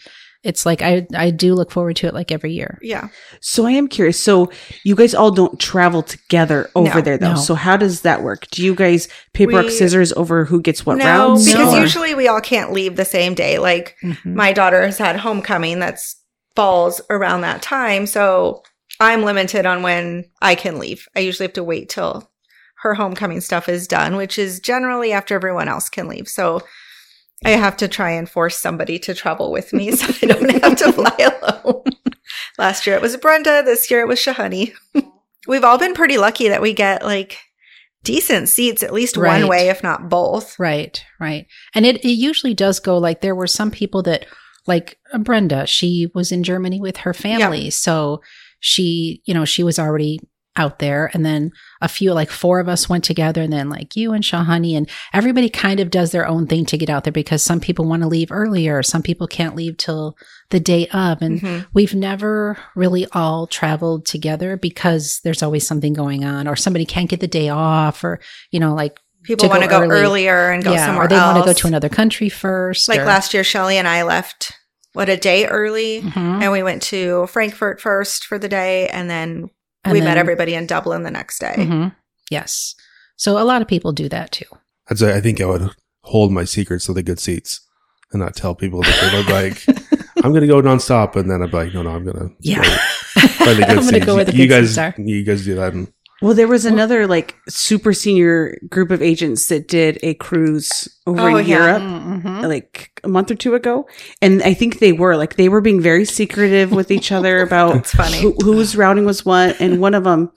Speaker 5: it's like, I, I do look forward to it like every year.
Speaker 6: Yeah.
Speaker 1: So I am curious. So you guys all don't travel together over
Speaker 6: No.
Speaker 1: there though.
Speaker 5: No.
Speaker 1: So how does that work? Do you guys paper rock
Speaker 6: We-
Speaker 1: scissors over who gets what
Speaker 6: no,
Speaker 1: rounds?
Speaker 6: because
Speaker 5: No.
Speaker 6: usually we all can't leave the same day. Like
Speaker 5: Mhm.
Speaker 6: my daughter has had homecoming that's falls around that time, so I'm limited on when I can leave. I usually have to wait till her homecoming stuff is done, which is generally after everyone else can leave. So I have to try and force somebody to travel with me so I don't have to fly alone. Last year it was Brenda, this year it was Shahani. We've all been pretty lucky that we get like decent seats at least
Speaker 5: Right.
Speaker 6: one way if not both.
Speaker 5: Right, right. And it, it usually does go like there were some people that, like uh, Brenda, she was in Germany with her family. So she, you know, she was already out there. And then a few, like four of us went together, and then like you and Shahani, and everybody kind of does their own thing to get out there because some people want to leave earlier, some people can't leave till the day of. And
Speaker 6: Mhm.
Speaker 5: we've never really all traveled together because there's always something going on, or somebody can't get the day off, or, you know, like,
Speaker 6: People
Speaker 5: to
Speaker 6: want to
Speaker 5: go
Speaker 6: go,
Speaker 5: early.
Speaker 6: earlier and go somewhere
Speaker 5: or they
Speaker 6: else.
Speaker 5: want to go to another country first.
Speaker 6: Like
Speaker 5: or-
Speaker 6: last year, Shelly and I left, what, a day early?
Speaker 5: Mhm.
Speaker 6: And we went to Frankfurt first for the day. And then
Speaker 5: And
Speaker 6: we
Speaker 5: then-
Speaker 6: met everybody in Dublin the next day.
Speaker 5: Mhm. Yes. So a lot of people do that too.
Speaker 3: I'd say I think I would hold my secrets to the good seats and not tell people that they would like. I'm gonna go nonstop, and then I'd be like, no, no, I'm gonna
Speaker 5: Yeah.
Speaker 3: find the good
Speaker 5: I'm gonna
Speaker 3: seats.
Speaker 5: go where the
Speaker 3: you
Speaker 5: good
Speaker 3: guys,
Speaker 5: seats are.
Speaker 3: you guys do that. And
Speaker 1: Well, there was another like super senior group of agents that did a cruise over
Speaker 6: Oh,
Speaker 1: in
Speaker 6: yeah.
Speaker 1: Europe. like a month or two ago and i think they were like they were being very secretive with each other about
Speaker 6: That's funny.
Speaker 1: who, who was routing was what and one of them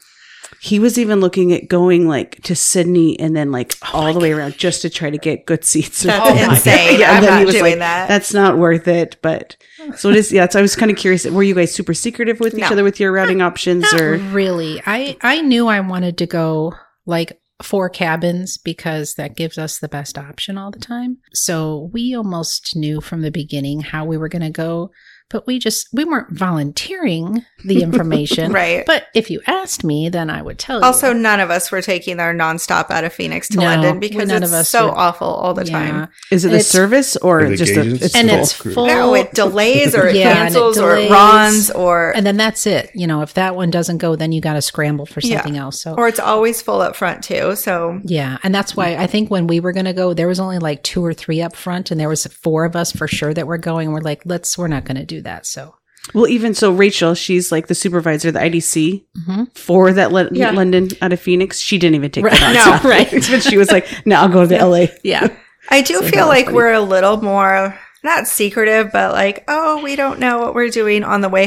Speaker 1: he was even looking at going like to sydney and then like all the way around just to try to get good seats or
Speaker 6: Oh That's
Speaker 1: something.
Speaker 6: insane.
Speaker 1: Yeah,
Speaker 6: I'm
Speaker 1: and then he
Speaker 6: not
Speaker 1: was
Speaker 6: doing
Speaker 1: like,
Speaker 6: that.
Speaker 1: that's not worth it but so it is yeah so i was kind of curious were you guys super secretive with each
Speaker 6: No.
Speaker 1: other with your routing options
Speaker 5: Not
Speaker 1: or
Speaker 5: really. I I knew I wanted to go like four cabins because that gives us the best option all the time. So we almost knew from the beginning how we were going to go, but we just we weren't volunteering the information.
Speaker 6: Right.
Speaker 5: But if you asked me, then I would tell you.
Speaker 6: also, none of us were taking our nonstop out of Phoenix to
Speaker 5: No,
Speaker 6: London because
Speaker 5: none
Speaker 6: it's
Speaker 5: of us
Speaker 6: so
Speaker 5: would-
Speaker 6: awful all the time.
Speaker 1: is it the
Speaker 5: It's-
Speaker 1: service
Speaker 3: Or
Speaker 1: or
Speaker 3: the
Speaker 1: just the,
Speaker 3: gauges?
Speaker 5: And
Speaker 1: full?
Speaker 5: it's
Speaker 3: Full.
Speaker 5: full.
Speaker 6: No, it delays or it
Speaker 5: Yeah, and it
Speaker 6: cancels or it
Speaker 5: delays.
Speaker 6: runs or
Speaker 5: And then that's it. You know, if that one doesn't go, then you got to scramble for
Speaker 6: Yeah.
Speaker 5: something else. So,
Speaker 6: or it's always full up front too. So
Speaker 5: yeah. And that's why I think when we were going to go, there was only like two or three up front, and there was four of us for sure that were going. We're like, let's, we're not going to do that. So,
Speaker 1: Well, even so, Rachel, she's like the supervisor of the IDC
Speaker 4: Mm-hmm.
Speaker 1: for that L-
Speaker 5: Yeah.
Speaker 1: London out of Phoenix. She didn't even take
Speaker 5: Right.
Speaker 1: that
Speaker 6: No.
Speaker 1: right. but she was like, "No, I'll go to LA."
Speaker 5: yeah.
Speaker 6: I do
Speaker 1: So that
Speaker 6: feel
Speaker 1: was
Speaker 6: like
Speaker 1: funny.
Speaker 6: we're a little more not secretive, but like, oh, we don't know what we're doing on the way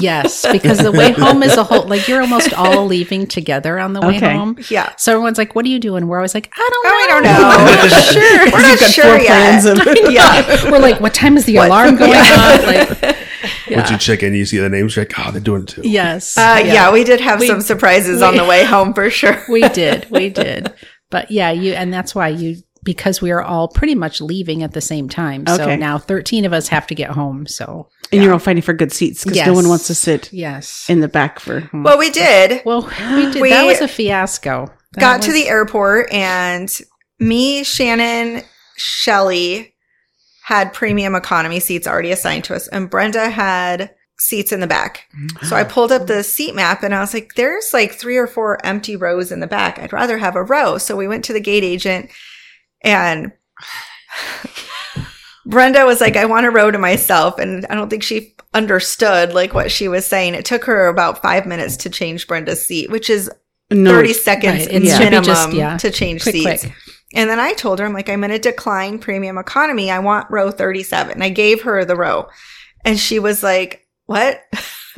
Speaker 5: Yes, because the way home is a whole like you're almost all leaving together on the way
Speaker 1: Okay.
Speaker 5: home.
Speaker 6: Yeah.
Speaker 5: So everyone's like, "What are you doing?" We're always like, "I don't
Speaker 6: Oh,
Speaker 5: know.
Speaker 6: I don't know. sure. We're not sure yet.
Speaker 5: yeah. We're like, "What time is the alarm going off?" Like,
Speaker 3: Once you check in, you see the names. You're like, oh, they're doing it too.
Speaker 5: yes.
Speaker 6: Uh, yeah. we did have
Speaker 5: We-
Speaker 6: some surprises on
Speaker 5: we-
Speaker 6: the way home for sure.
Speaker 5: we did. We did. But yeah, you and that's why you because we are all pretty much leaving at the same time. So
Speaker 1: Okay.
Speaker 5: now 13 of us have to get home. So,
Speaker 1: And you're all fighting for good seats because no
Speaker 5: Yes.
Speaker 1: one wants to sit
Speaker 5: yes.
Speaker 1: in the back for.
Speaker 6: Well, we did.
Speaker 5: well, we did.
Speaker 6: We
Speaker 5: that was a fiasco. That
Speaker 6: Got to
Speaker 5: was-
Speaker 6: the airport and me, Shannon, Shelly had premium economy seats already assigned to us, and Brenda had seats in the back. So I pulled up the seat map and I was like, there's like three or four empty rows in the back. I'd rather have a row. So we went to the gate agent and Brenda was like, I want a row to myself. And I don't think she understood like what she was saying. It took her about five minutes to change Brenda's seat, which is
Speaker 1: No,
Speaker 6: 30 seconds
Speaker 5: Right, it
Speaker 6: is
Speaker 5: should be
Speaker 6: minimum
Speaker 5: just- yeah,
Speaker 6: to change
Speaker 5: quick,
Speaker 6: seats.
Speaker 5: quick.
Speaker 6: And then I told her, I'm like, I'm going to decline premium economy. I want row 37. I gave her the row. And she was like, what?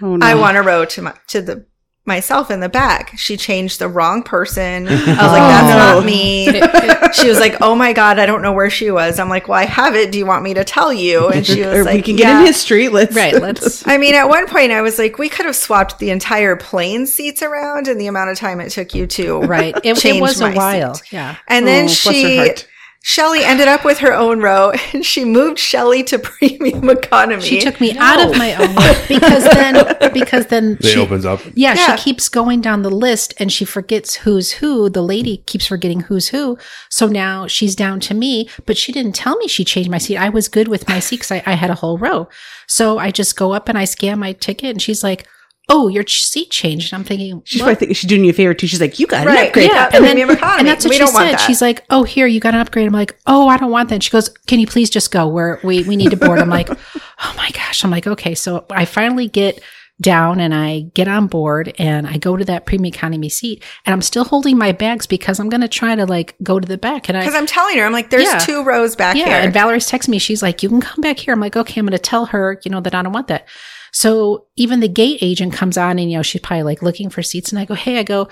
Speaker 1: oh no.
Speaker 6: I want a row to my, to the myself in the back. She changed the wrong person. I was like, that's
Speaker 1: Oh, no.
Speaker 6: not me. she was like, oh my God, I don't know where she was. I'm like, well, I have it. Do you want me to tell you? And she was
Speaker 1: Or
Speaker 6: like,
Speaker 1: we can
Speaker 6: yeah.
Speaker 1: get in history. Let's
Speaker 5: Right, let's
Speaker 6: I mean, at one point I was like, we could have swapped the entire plane seats around and the amount of time it took you to.
Speaker 5: Right. It, it
Speaker 6: Change
Speaker 5: was a
Speaker 6: my seat.
Speaker 5: while. Yeah.
Speaker 6: And then
Speaker 1: Oh, bless her
Speaker 6: she,
Speaker 1: heart.
Speaker 6: Shelly ended up with her own row and she moved Shelly to premium economy.
Speaker 5: She took me out of my own because then because then
Speaker 3: They
Speaker 5: she,
Speaker 3: opens up.
Speaker 5: yeah,
Speaker 6: Yeah.
Speaker 5: she keeps going down the list and she forgets who's who. The lady keeps forgetting who's who. So now she's down to me, but she didn't tell me she changed my seat. I was good with my seat because I, I had a whole row. So I just go up and I scan my ticket and she's like, Oh, your ch- seat changed. And I'm thinking,
Speaker 1: She's
Speaker 5: "What?"
Speaker 1: probably thinking she's doing you a favor too. She's like, you got an
Speaker 6: Right,
Speaker 1: upgrade.
Speaker 6: yeah.
Speaker 5: and,
Speaker 6: Premium economy.
Speaker 5: and that's what
Speaker 6: We
Speaker 5: she
Speaker 6: don't want
Speaker 5: said.
Speaker 6: that.
Speaker 5: She's like, "Oh, here you got an upgrade." I'm like, "Oh, I don't want that." She goes, "Can you please just go? We're we we need to board." I'm like, "Oh my gosh!" I'm like, "Okay." So I finally get down and I get on board and I go to that premium economy seat and I'm still holding my bags because I'm going to try to like go to the back and I
Speaker 6: Because I'm telling her, I'm like, there's
Speaker 5: Yeah.
Speaker 6: two rows back
Speaker 5: yeah,
Speaker 6: here.
Speaker 5: and Valerie's texting me. She's like, "You can come back here." I'm like, "Okay, I'm going to tell her, you know, that I don't want that." So even the gate agent comes on, and you know, she's probably like looking for seats. And I go, "Hey," I go,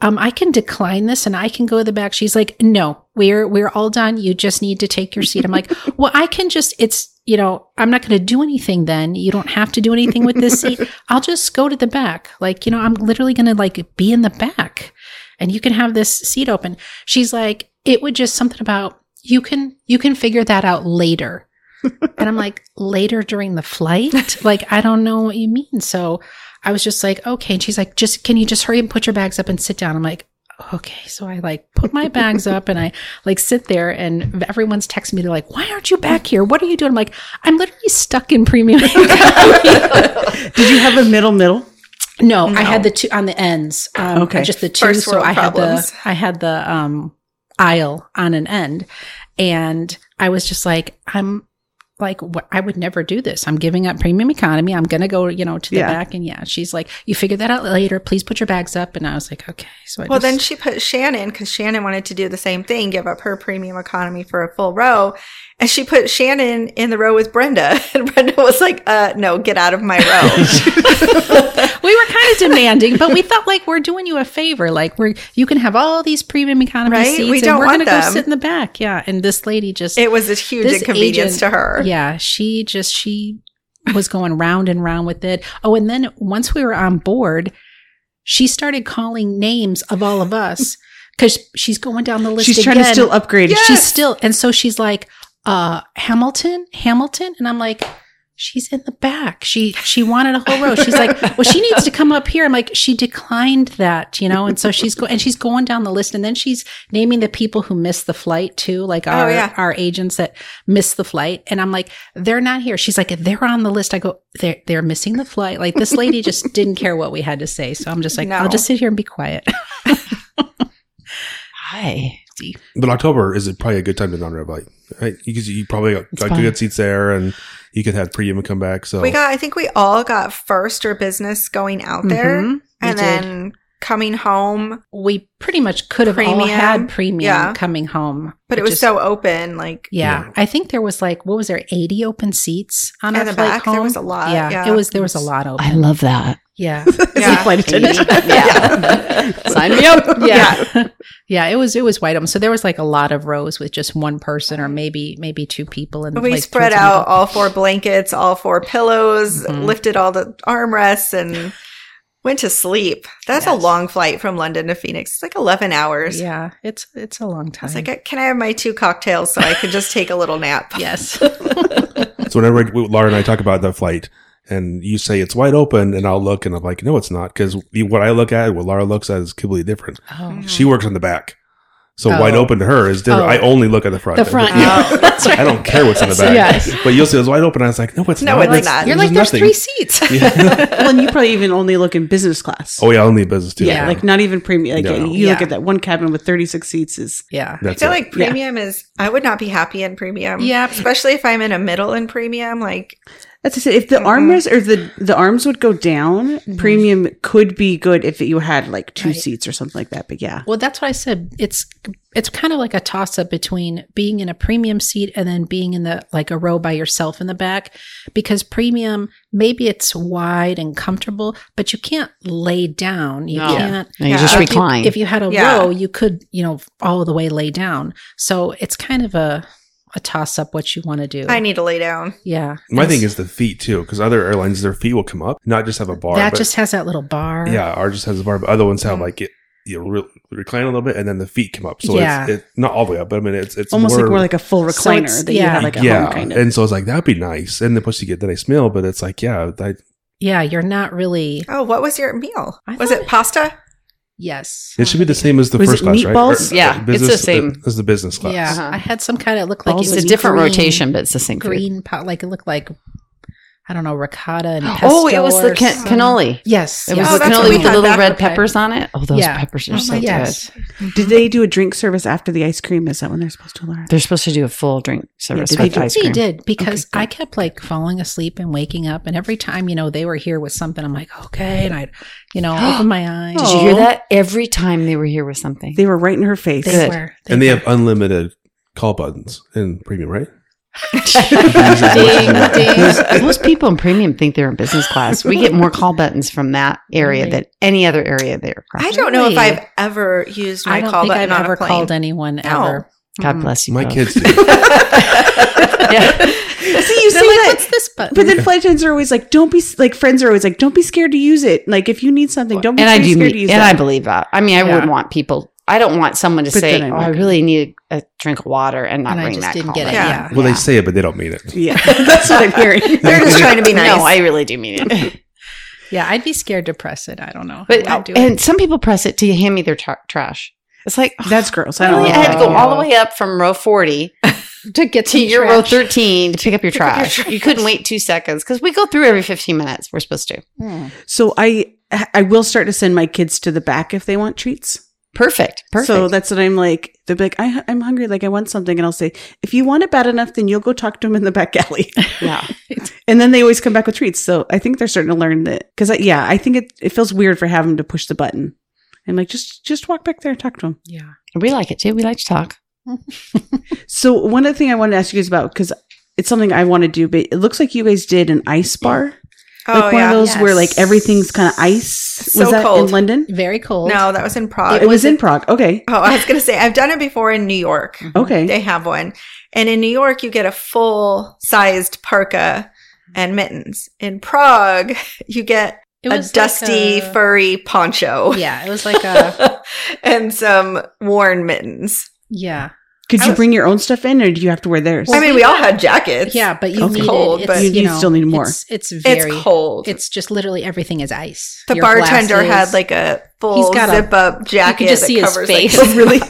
Speaker 5: um, "I can decline this, and I can go to the back." She's like, "No, we're we're all done. You just need to take your seat." I'm like, "Well, I can just it's." You know, I'm not going to do anything then. You don't have to do anything with this seat. I'll just go to the back. Like, you know, I'm literally going to like be in the back and you can have this seat open. She's like, it would just something about you can you can figure that out later. and I'm like, later during the flight? Like, I don't know what you mean. So I was just like, okay. And she's like, just can you just hurry and put your bags up and sit down? I'm like, okay. So I like put my bags up and I like sit there and everyone's texting me. They're like, why aren't you back here? What are you doing? I'm like, I'm literally stuck in premium.
Speaker 1: Did you have a middle middle?
Speaker 5: No, I had the two on the ends. Um,
Speaker 1: Okay.
Speaker 5: just the two.
Speaker 6: First
Speaker 5: so
Speaker 6: world
Speaker 5: I had
Speaker 6: problems.
Speaker 5: the I had the um aisle on an end, and I was just like, I'm like, what, I would never do this. I'm giving up premium economy. I'm gonna go, you know, to the
Speaker 1: Yeah.
Speaker 5: back. And yeah, she's like, you figure that out later. Please put your bags up. And I was like, okay. So I
Speaker 6: well,
Speaker 5: just-
Speaker 6: then she put Shannon, because Shannon wanted to do the same thing, give up her premium economy for a full row. And she put Shannon in the row with Brenda. And Brenda was like, uh, no, get out of my row.
Speaker 5: we were kind of demanding, but we felt like we're doing you a favor. Like we're you can have all these premium economy
Speaker 6: Right?
Speaker 5: seats,
Speaker 6: We
Speaker 5: and
Speaker 6: don't
Speaker 5: we're
Speaker 6: want
Speaker 5: gonna go
Speaker 6: them.
Speaker 5: sit in the back. Yeah, and this lady just
Speaker 6: it was a huge
Speaker 5: This
Speaker 6: inconvenience
Speaker 5: agent-
Speaker 6: to her.
Speaker 5: Yeah, she just she was going round and round with it. Oh, and then once we were on board, she started calling names of all of us because she's going down the list.
Speaker 1: She's trying to
Speaker 5: again.
Speaker 1: still upgrade.
Speaker 6: Yeah.
Speaker 5: She's still, and so she's like, uh, Hamilton, Hamilton, and I'm like. She's in the back. She she wanted a whole row. She's like, well, she needs to come up here. I'm like, she declined that, you know. And so she's go and she's going down the list, and then she's naming the people who missed the flight too, like our
Speaker 6: Oh, yeah.
Speaker 5: our agents that missed the flight. And I'm like, they're not here. She's like, they're on the list. I go, they're they're missing the flight. Like this lady just didn't care what we had to say. So I'm just like, I'll
Speaker 6: No.
Speaker 5: just sit here and be quiet.
Speaker 4: Hi.
Speaker 3: But October is probably a good time to non-revite, right? Because you probably got, got
Speaker 4: fine.
Speaker 3: good seats there, and you could have premium come back. So
Speaker 6: We got, I think we all got first or business going out there.
Speaker 5: Mhm, we
Speaker 6: and
Speaker 5: did.
Speaker 6: then coming home,
Speaker 5: We pretty much could have all
Speaker 6: Premium.
Speaker 5: had premium
Speaker 6: Yeah.
Speaker 5: coming home,
Speaker 6: but it
Speaker 5: which
Speaker 6: was
Speaker 5: is-
Speaker 6: so open. Like,
Speaker 5: Yeah.
Speaker 3: Yeah.
Speaker 5: I think there was like what was there eighty open seats on
Speaker 6: In
Speaker 5: our
Speaker 6: the
Speaker 5: flight
Speaker 6: back, there
Speaker 5: home?
Speaker 6: was a lot,
Speaker 5: Yeah,
Speaker 6: yeah.
Speaker 5: it was there was a lot open.
Speaker 4: I love that.
Speaker 5: yeah,
Speaker 6: yeah.
Speaker 1: flight attendant.
Speaker 4: Yeah. Sign me up.
Speaker 5: yeah, yeah. It was it was wide open. So there was like a lot of rows with just one person or maybe maybe two people. And
Speaker 6: we
Speaker 5: like,
Speaker 6: spread
Speaker 5: towards the
Speaker 6: out
Speaker 5: middle.
Speaker 6: all four blankets, all four pillows,
Speaker 5: Mhm.
Speaker 6: lifted all the armrests, and went to sleep. That's a
Speaker 5: Yes.
Speaker 6: long flight from London to Phoenix. It's like 11 hours.
Speaker 5: Yeah, it's it's a long
Speaker 6: I
Speaker 5: time.
Speaker 6: was like, can I have my two cocktails so I could just take a little nap?
Speaker 5: yes,
Speaker 3: So whenever I, Laura and I talk about the flight, and you say it's wide open, and I'll look, and I'm like, no, it's not, because what I look at, what Laura looks at, is completely different.
Speaker 6: Mm-hmm.
Speaker 5: oh.
Speaker 3: She works on the back, so
Speaker 5: Oh.
Speaker 3: wide open to her is different.
Speaker 5: Oh.
Speaker 3: I only look at the front.
Speaker 4: The front.
Speaker 3: Yeah.
Speaker 4: Yeah. That's right.
Speaker 3: I don't care what's in the
Speaker 4: So-
Speaker 3: back.
Speaker 4: Yes.
Speaker 3: But you'll see it's wide open. I was like, no, it's
Speaker 6: No,
Speaker 3: not.
Speaker 6: it's
Speaker 3: That's-
Speaker 6: not.
Speaker 5: You're like there's three seats.
Speaker 3: Yeah.
Speaker 1: well, and you probably even only look in business class.
Speaker 3: oh yeah, only business too.
Speaker 1: yeah,
Speaker 5: yeah.
Speaker 1: like not even premium. Like
Speaker 3: No.
Speaker 1: you look
Speaker 6: Yeah.
Speaker 1: at that one cabin with 36 seats is
Speaker 5: yeah,
Speaker 6: I
Speaker 3: That's
Speaker 6: feel
Speaker 3: it.
Speaker 6: like
Speaker 1: Yeah.
Speaker 6: premium is, I would not be happy in premium.
Speaker 5: Yeah.
Speaker 6: Especially if I'm in a middle in premium. Like,
Speaker 1: That's I Mm-hmm. said. If the
Speaker 6: Mhm.
Speaker 1: armrest or the the arms would go down,
Speaker 5: Mhm.
Speaker 1: premium could be good if you had like two
Speaker 5: Right.
Speaker 1: seats or something like that. But yeah,
Speaker 5: Well, that's what I said. It's it's kind of like a toss up between being in a premium seat and then being in the like a row by yourself in the back because premium maybe it's wide and comfortable, but you can't lay down. You
Speaker 4: No.
Speaker 5: can't
Speaker 4: No, you
Speaker 6: Yeah.
Speaker 4: just
Speaker 6: If you-
Speaker 4: recline.
Speaker 5: if you had a
Speaker 6: Yeah.
Speaker 5: row, you could, you know, all the way lay down. So it's kind of a a toss up what you want to do.
Speaker 6: I need to lay down.
Speaker 5: yeah.
Speaker 3: My thing
Speaker 5: It's-
Speaker 3: is the feet too, because other airlines their feet will come up, not just have a bar.
Speaker 5: that
Speaker 3: but-
Speaker 5: just has that little bar.
Speaker 3: yeah, ours just has a bar, but other ones have
Speaker 6: Mhm.
Speaker 3: like it. You re- recline a little bit, and then the feet come up. So
Speaker 5: Yeah.
Speaker 3: it's it, not all the way up, but I mean it's it's
Speaker 1: almost like more like a full
Speaker 5: So
Speaker 1: recliner
Speaker 5: it's-
Speaker 1: that you
Speaker 5: yeah.
Speaker 1: have like at
Speaker 3: yeah.
Speaker 1: home kind of.
Speaker 3: And so I was like, that'd be nice. And then plus you get the nice meal, but it's like, yeah, I,
Speaker 5: Yeah, you're not really
Speaker 6: Oh, what was your meal?
Speaker 5: I
Speaker 6: was
Speaker 5: thought-
Speaker 6: it pasta?
Speaker 5: yes.
Speaker 3: it should be the same as the
Speaker 1: Was
Speaker 3: first
Speaker 1: it
Speaker 3: class,
Speaker 1: meatballs?
Speaker 3: right? uh,
Speaker 4: Yeah, it's the same.
Speaker 3: as the business class.
Speaker 5: Yeah.
Speaker 4: Uh-huh.
Speaker 5: I had some kind of look like it
Speaker 1: Balls
Speaker 5: was
Speaker 4: it's a different
Speaker 5: green.
Speaker 4: rotation, but it's the same food.
Speaker 5: green pot, like it looked like I don't know ricotta and pesto
Speaker 4: Oh, it was the
Speaker 5: or
Speaker 4: ca-
Speaker 5: some-
Speaker 4: cannoli.
Speaker 5: Yes,
Speaker 4: It was
Speaker 5: yes.
Speaker 6: Oh,
Speaker 4: the
Speaker 6: that's what
Speaker 4: cannoli
Speaker 6: we
Speaker 4: with the
Speaker 6: had
Speaker 4: little
Speaker 6: back-
Speaker 4: red
Speaker 6: okay.
Speaker 4: peppers on it. Oh, those
Speaker 5: Yeah.
Speaker 4: peppers are
Speaker 5: Oh
Speaker 4: so
Speaker 5: my-
Speaker 4: good.
Speaker 5: yes.
Speaker 1: Did they do a drink service after the ice cream? Is that when they're supposed to learn?
Speaker 4: They're supposed to do a full drink service
Speaker 1: did they
Speaker 4: with
Speaker 1: do-
Speaker 4: ice
Speaker 5: They
Speaker 4: cream.
Speaker 5: did because
Speaker 1: Okay,
Speaker 5: I kept like falling asleep and waking up, and every time you know they were here with something, I'm like, okay, and I, you know, open my eyes.
Speaker 4: Did you hear that? Every time they were here with something.
Speaker 1: They were right in her face.
Speaker 5: They
Speaker 4: Good.
Speaker 5: were.
Speaker 3: And they
Speaker 5: were.
Speaker 3: have unlimited call buttons in premium, right?
Speaker 4: ding, ding. Most people in premium think they're in business class. We get more call buttons from that area
Speaker 5: Really?
Speaker 4: than any other area there.
Speaker 6: I don't know if
Speaker 5: Really?
Speaker 6: I've ever used my
Speaker 5: I don't
Speaker 6: call
Speaker 5: think
Speaker 6: button
Speaker 5: I've
Speaker 6: on
Speaker 5: ever
Speaker 6: a plane.
Speaker 5: called anyone ever.
Speaker 4: God bless you.
Speaker 3: My
Speaker 4: both.
Speaker 3: kids do.
Speaker 1: See, you
Speaker 5: They're
Speaker 1: say
Speaker 5: like,
Speaker 1: that-
Speaker 5: what's this button?
Speaker 1: but then flight attendants are always like, "Don't be s- like friends are always like, don't be scared to use it. Like if you need something, don't be
Speaker 4: and I
Speaker 1: scared
Speaker 4: do,
Speaker 1: to
Speaker 4: mean,
Speaker 1: use
Speaker 4: and I
Speaker 1: it."
Speaker 4: believe that. I mean, I
Speaker 5: Yeah.
Speaker 4: wouldn't want people. I don't want someone to
Speaker 1: But
Speaker 4: say,
Speaker 1: then
Speaker 4: "Oh,
Speaker 1: I
Speaker 4: I
Speaker 1: would.
Speaker 4: really need a drink of water," and not
Speaker 5: and I
Speaker 4: ring
Speaker 5: just
Speaker 4: that
Speaker 5: didn't
Speaker 4: call
Speaker 5: get it.
Speaker 4: button.
Speaker 6: Yeah.
Speaker 5: Yeah,
Speaker 3: Well, they say it, but they don't mean it.
Speaker 1: yeah, that's what I'm hearing.
Speaker 6: They're just trying to be nice.
Speaker 4: No, I really do mean it.
Speaker 5: yeah. I'd be scared to press it. I don't know.
Speaker 4: But uh,
Speaker 5: I'd do
Speaker 4: and some people press it to hand me their tra- trash. It's like
Speaker 1: That's gross. I don't.
Speaker 4: really?
Speaker 1: Know.
Speaker 4: I had to go
Speaker 5: Oh.
Speaker 4: all the way up from row forty
Speaker 5: it. to get
Speaker 4: to
Speaker 5: some
Speaker 4: your row
Speaker 5: trash.
Speaker 4: thirteen to pick up your
Speaker 5: up your
Speaker 4: trash.
Speaker 5: trash.
Speaker 4: You couldn't wait two seconds because we go through every fifteen minutes. We're supposed to.
Speaker 5: Hmm.
Speaker 1: So I I will start to send my kids to the back if they want treats.
Speaker 4: Perfect. Perfect.
Speaker 1: So that's what I'm like. They're like, I, I'm hungry. Like I want something, and I'll say, if you want it bad enough, then you'll go talk to them in the back alley.
Speaker 4: yeah.
Speaker 1: and then they always come back with treats. So I think they're starting to learn that. Because yeah, I think it, it feels weird for having to push the button. I'm like, just just walk back there and talk to them.
Speaker 5: Yeah.
Speaker 4: We like it too. We like to talk.
Speaker 1: So one other thing I wanted to ask you guys about because it's something I want to do, but it looks like you guys did an ice bar,
Speaker 6: oh,
Speaker 1: like one
Speaker 6: yeah.
Speaker 1: of those where like
Speaker 5: Yes.
Speaker 1: everything's kind of ice. Was
Speaker 6: So
Speaker 1: that
Speaker 6: cold.
Speaker 1: in London?
Speaker 5: Very cold.
Speaker 6: No, that was in Prague.
Speaker 1: It was in Prague. Okay.
Speaker 6: Oh, I was going to say, I've done it before in New York.
Speaker 5: Mm-hmm.
Speaker 1: Okay.
Speaker 6: They have one. And in New York, you get a full sized parka and mittens. In Prague, you get
Speaker 5: It
Speaker 6: a
Speaker 5: was like
Speaker 6: dusty,
Speaker 5: a-
Speaker 6: furry poncho
Speaker 5: Yeah, it was like a
Speaker 6: and some worn mittens.
Speaker 5: yeah,
Speaker 1: Could
Speaker 6: I
Speaker 1: you
Speaker 6: was-
Speaker 1: bring your own stuff in, or did you have to wear theirs?
Speaker 5: Well,
Speaker 6: I mean,
Speaker 5: we
Speaker 6: we all
Speaker 5: got-
Speaker 6: had jackets.
Speaker 5: yeah. But you
Speaker 1: Okay.
Speaker 5: needed
Speaker 6: Cold,
Speaker 5: it's,
Speaker 6: but-
Speaker 5: you,
Speaker 1: You
Speaker 5: know,
Speaker 1: still need more.
Speaker 5: It's, it's
Speaker 6: It's
Speaker 5: very
Speaker 6: cold.
Speaker 5: It's just literally everything is ice.
Speaker 6: the
Speaker 5: Your
Speaker 6: bartender
Speaker 5: glasses.
Speaker 6: had like a
Speaker 5: He's
Speaker 6: full
Speaker 5: got a-
Speaker 6: zip up jacket.
Speaker 5: just
Speaker 6: that
Speaker 5: see his
Speaker 6: covers, like,
Speaker 5: face.
Speaker 6: his really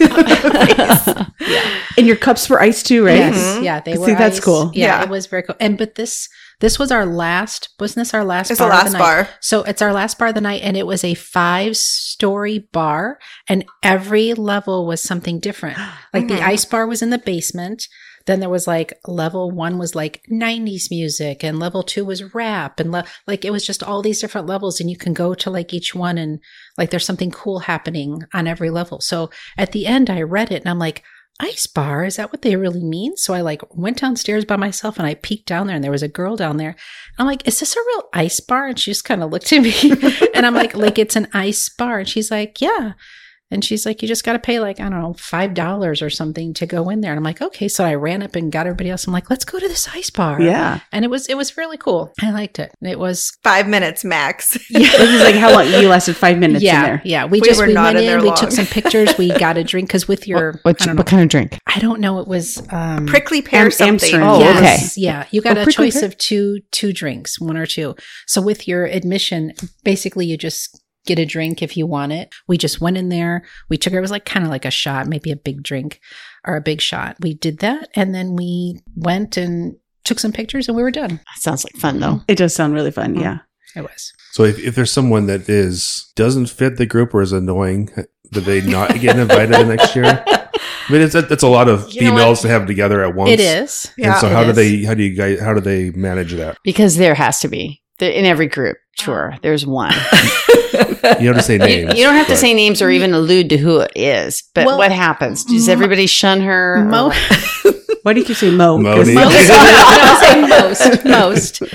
Speaker 1: And your cups were ice too, right?
Speaker 5: yes,
Speaker 6: Mhm.
Speaker 5: yeah. They
Speaker 1: I
Speaker 5: were.
Speaker 1: think that's
Speaker 5: ice.
Speaker 1: cool.
Speaker 5: Yeah,
Speaker 6: Yeah.
Speaker 5: it was very cool. And but this this was our last. Wasn't this our last?
Speaker 6: It's the
Speaker 5: bar of
Speaker 6: last
Speaker 5: night?
Speaker 6: bar.
Speaker 5: So it's our last bar of the night, and it was a five story bar, and every level was something different. Like
Speaker 6: Mhm.
Speaker 5: the ice bar was in the basement. Then there was like level one was like 90s music and level two was rap. And le- like it was just all these different levels. And you can go to like each one and like there's something cool happening on every level. So at the end, I read it and I'm like, ice bar? Is that what they really mean? So I like went downstairs by myself and I peeked down there and there was a girl down there. I'm like, is this a real ice bar? And she just kind of looked at me and I'm like, like it's an ice bar. And she's like, yeah. And she's like, you just got to pay like, I don't know, $5 or something to go in there. And I'm like, okay. So I ran up and got everybody else. I'm like, let's go to this ice bar.
Speaker 1: Yeah.
Speaker 5: And it was, it was really cool. I liked it. And It was,
Speaker 6: Five minutes max.
Speaker 1: This is like how long you lasted five minutes
Speaker 5: yeah,
Speaker 1: in there.
Speaker 5: yeah. We,
Speaker 6: We
Speaker 5: just,
Speaker 6: were
Speaker 5: we
Speaker 6: not
Speaker 5: went
Speaker 6: in
Speaker 5: in,
Speaker 6: there
Speaker 5: we
Speaker 6: long.
Speaker 5: took some pictures, we got a drink. Cause with your,
Speaker 4: what,
Speaker 5: I don't know.
Speaker 4: what kind of drink?
Speaker 5: I don't know. It was um,
Speaker 6: Prickly pear
Speaker 1: Am-
Speaker 6: something.
Speaker 1: Amsterdam.
Speaker 4: Oh,
Speaker 5: yes, yeah. You got
Speaker 4: Oh,
Speaker 5: a
Speaker 4: prickly
Speaker 5: choice
Speaker 4: pear?
Speaker 5: of two two drinks, one or two. So with your admission, basically you just get a drink if you want it. We just went in there. We took it was like kind of like a shot, maybe a big drink or a big shot. We did that, and then we went and took some pictures, and we were done.
Speaker 4: That sounds like fun though.
Speaker 1: It does sound really fun. Yeah.
Speaker 5: It was.
Speaker 3: So if, if there's someone that is doesn't fit the group or is annoying, do they not get invited the next year? I mean, it's a, that's a lot of
Speaker 4: You know
Speaker 3: females to have together at once.
Speaker 5: It is.
Speaker 3: And so
Speaker 5: it
Speaker 3: how do
Speaker 5: is.
Speaker 3: they? How do you guys? How do they manage that?
Speaker 4: Because there has to be there, in every group tour. There's one.
Speaker 3: You don't have to say
Speaker 4: You,
Speaker 3: names.
Speaker 4: you don't have to
Speaker 3: but-
Speaker 4: say names or even allude to who it is. But
Speaker 5: Well,
Speaker 4: what happens? Does
Speaker 5: Mo-
Speaker 4: everybody shun her? or
Speaker 5: Mo-
Speaker 4: what?
Speaker 1: Why do you keep saying Mo?
Speaker 3: Mo
Speaker 1: 'Cause-
Speaker 3: needs-
Speaker 5: most, I don't say most, most,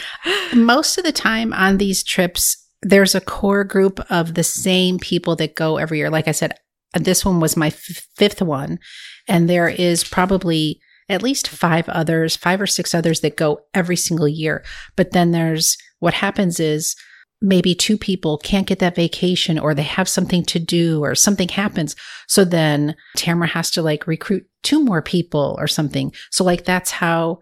Speaker 5: most of the time on these trips, there's a core group of the same people that go every year. Like I said, uh, this one was my f- fifth one, and there is probably at least five others, five or six others that go every single year. But then there's what happens is maybe two people can't get that vacation or they have something to do or something happens. So then Tamara has to like recruit two more people or something. So like that's how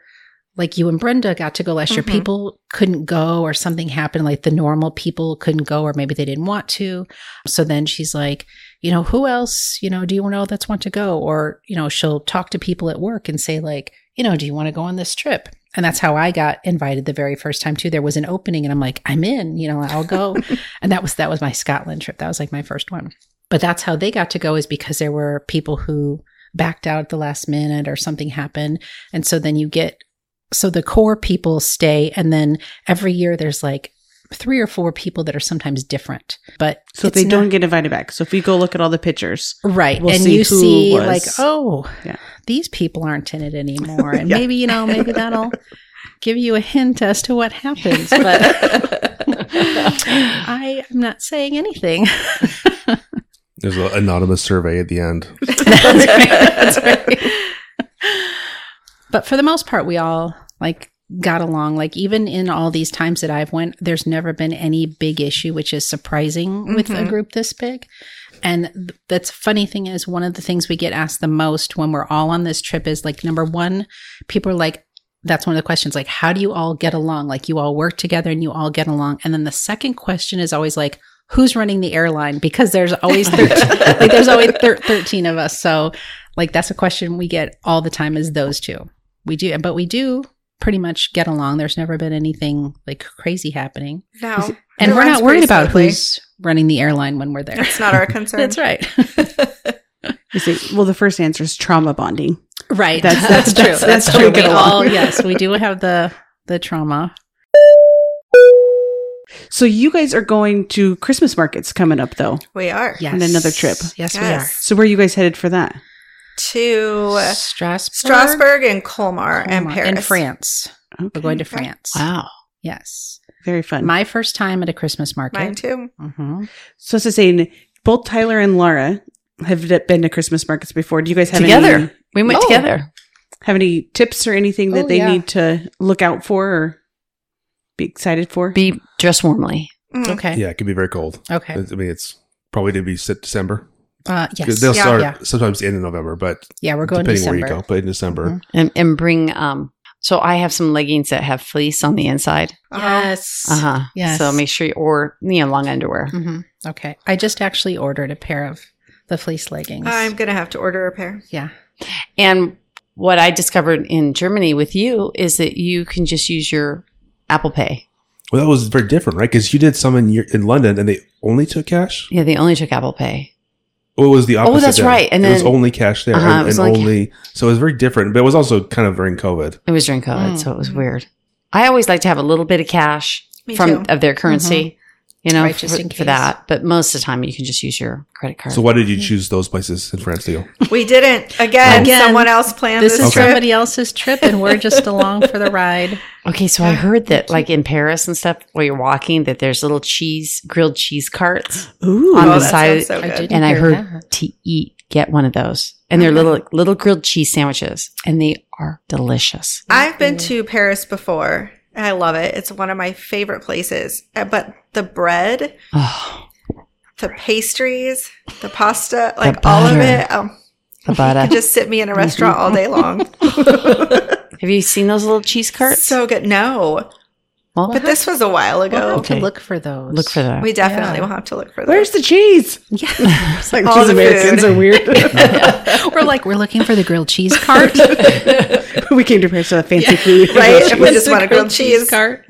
Speaker 5: like you and Brenda got to go last year.
Speaker 6: Mhm.
Speaker 5: People couldn't go or something happened like the normal people couldn't go or maybe they didn't want to. So then she's like, you know, who else, you know, do you know that's want to go or you know, she'll talk to people at work and say like, you know, do you want to go on this trip? And that's how I got invited the very first time too. There was an opening and I'm like, I'm in, you know, I'll go. and that was that was my Scotland trip. That was like my first one but that's how they got to go is because there were people who backed out at the last minute or something happened and so then you get so the core people stay and then every year there's like three or four people that are sometimes different but
Speaker 1: So if
Speaker 5: it's
Speaker 1: they
Speaker 5: not-
Speaker 1: don't get invited back. So if you go look at all the pictures,
Speaker 5: right
Speaker 1: we'll
Speaker 5: and
Speaker 1: see
Speaker 5: you
Speaker 1: who
Speaker 5: see
Speaker 1: was-
Speaker 5: like oh
Speaker 1: Yeah.
Speaker 5: these people aren't in it anymore and
Speaker 1: Yeah.
Speaker 5: maybe you know maybe that'll give you a hint as to what happens but i am not saying anything
Speaker 3: There's an anonymous survey at the end.
Speaker 5: That's right. That's right. But for the most part, we all like got along. Like even in all these times that I've went, there's never been any big issue, which is surprising with a
Speaker 6: Mhm.
Speaker 5: group this big. And th- that's funny thing is one of the things we get asked the most when we're all on this trip is like number one, people are like, that's one of the questions like how do you all get along like you all work together and you all get along and then the second question is always like who's running the airline because there's always 13 like there's always thir- 13 of us so like that's a question we get all the time is those two we do but we do pretty much get along there's never been anything like crazy happening
Speaker 6: No.
Speaker 5: and
Speaker 6: It
Speaker 5: we're
Speaker 6: runs
Speaker 5: not worried
Speaker 6: pretty
Speaker 5: about
Speaker 6: smoothly.
Speaker 5: who's running the airline when we're there
Speaker 6: That's not our concern.
Speaker 5: that's right
Speaker 1: you say, well, the first answer is trauma bonding.
Speaker 5: Right.
Speaker 1: That's- that's true. That's
Speaker 5: how
Speaker 1: true.
Speaker 5: We
Speaker 1: Get along.
Speaker 5: all, yes, we do have the the trauma.
Speaker 1: So you guys are going to Christmas markets coming up though.
Speaker 6: We are.
Speaker 5: Yes.
Speaker 1: On another trip.
Speaker 5: Yes,
Speaker 6: Yes.
Speaker 1: So where are you guys headed for that?
Speaker 5: we
Speaker 6: To
Speaker 5: are. Strasbourg,
Speaker 6: Strasbourg and Colmar, and
Speaker 5: Colmar,
Speaker 6: Paris.
Speaker 5: and France.
Speaker 1: Okay.
Speaker 5: We're going to
Speaker 6: Okay.
Speaker 5: France.
Speaker 4: Wow.
Speaker 5: Yes.
Speaker 1: Very fun.
Speaker 5: My first time at a Christmas market.
Speaker 6: Mine too.
Speaker 5: Mhm.
Speaker 1: so as I saying, both Tyler and Laura have d- been to Christmas markets before. Do you guys have any,
Speaker 4: Together. We went
Speaker 5: Oh.
Speaker 4: together.
Speaker 1: have any tips or anything that
Speaker 5: Oh,
Speaker 1: they
Speaker 5: yeah.
Speaker 1: need to look out for or be excited for?
Speaker 4: Be dressed warmly.
Speaker 6: Mm.
Speaker 5: Okay.
Speaker 3: Yeah, it can be very cold.
Speaker 5: Okay.
Speaker 3: I mean, it's probably to be set December.
Speaker 5: Uh,
Speaker 3: 'Cause
Speaker 5: yes.
Speaker 3: They'll
Speaker 5: yeah,
Speaker 3: start
Speaker 5: yeah.
Speaker 3: sometimes in November, but
Speaker 5: Yeah, we're going
Speaker 3: depending
Speaker 5: December.
Speaker 3: where you go, but in December.
Speaker 5: Mhm.
Speaker 4: And, and bring um so I have some leggings that have fleece on the inside.
Speaker 6: Uh-huh.
Speaker 5: Yes.
Speaker 4: Uh-huh.
Speaker 5: Yes.
Speaker 4: So make sure you or you know, long underwear.
Speaker 5: hmm Okay. I just actually ordered a pair of the fleece leggings.
Speaker 6: I'm going to have to order a pair.
Speaker 5: yeah.
Speaker 4: And what I discovered in Germany with you is that you can just use your Apple Pay.
Speaker 3: Well, that was very different, right? Because you did some in your, in London, and they only took cash.
Speaker 4: Yeah, they only took Apple Pay.
Speaker 3: Well, it was the opposite.
Speaker 4: Oh, that's
Speaker 3: there.
Speaker 4: right. And
Speaker 3: it was
Speaker 4: then-
Speaker 3: only cash there
Speaker 4: Uh-huh,
Speaker 3: and,
Speaker 4: it was
Speaker 3: and
Speaker 4: only ca-
Speaker 3: only. So it was very different, but it was also kind of during COVID.
Speaker 4: It was during COVID, so it was
Speaker 6: Mm.
Speaker 4: weird. I always like to have a little bit of cash
Speaker 6: Me
Speaker 4: from
Speaker 6: too.
Speaker 4: of their currency, you know,
Speaker 5: Mm-hmm. Right,
Speaker 4: for,
Speaker 5: just in
Speaker 4: for
Speaker 5: case.
Speaker 4: that. But most of the time, you can just use your credit card.
Speaker 3: So why did you choose those places in France, Leo?
Speaker 6: We didn't. Again,
Speaker 5: Again,
Speaker 6: someone else planned
Speaker 5: This
Speaker 6: this,
Speaker 5: is
Speaker 3: Okay.
Speaker 6: trip.
Speaker 5: somebody else's trip, and we're just along for the ride.
Speaker 4: okay, so I heard that like in Paris and stuff, where you're walking, that there's little cheese grilled cheese carts,
Speaker 1: Ooh.
Speaker 4: on
Speaker 6: Oh,
Speaker 4: the
Speaker 6: that
Speaker 4: side-
Speaker 6: sounds so
Speaker 5: I
Speaker 6: good.
Speaker 5: didn't
Speaker 4: and I
Speaker 5: hear
Speaker 4: heard
Speaker 5: that. Oh,
Speaker 4: to eat get one of those, and they're little little grilled cheese sandwiches, and they are delicious.
Speaker 6: I've been to Paris before. and I love it. It's one of my favorite places. Uh, But the bread,
Speaker 4: Oh,
Speaker 6: the pastries, the pasta,
Speaker 4: The
Speaker 6: like all of
Speaker 4: butter.
Speaker 6: it. Um,
Speaker 4: the butter.
Speaker 6: just sit me in a restaurant all day long.
Speaker 4: Have you seen those little cheese carts?
Speaker 6: so good. No,
Speaker 4: well,
Speaker 6: but this was a while
Speaker 5: We'll have
Speaker 6: ago.
Speaker 5: to
Speaker 4: Okay.
Speaker 5: look for those.
Speaker 4: look for that.
Speaker 6: We definitely
Speaker 5: Yeah.
Speaker 6: will have to look for
Speaker 1: Where's
Speaker 6: those.
Speaker 1: the cheese?
Speaker 5: Yeah.
Speaker 1: It's like
Speaker 6: All
Speaker 1: these
Speaker 6: the
Speaker 1: Americans
Speaker 6: food.
Speaker 1: are weird.
Speaker 5: we're like, we're looking for the grilled cheese cart.
Speaker 1: we came to Paris for the fancy food,
Speaker 6: Right? If we just want a grilled cheese.
Speaker 5: cart.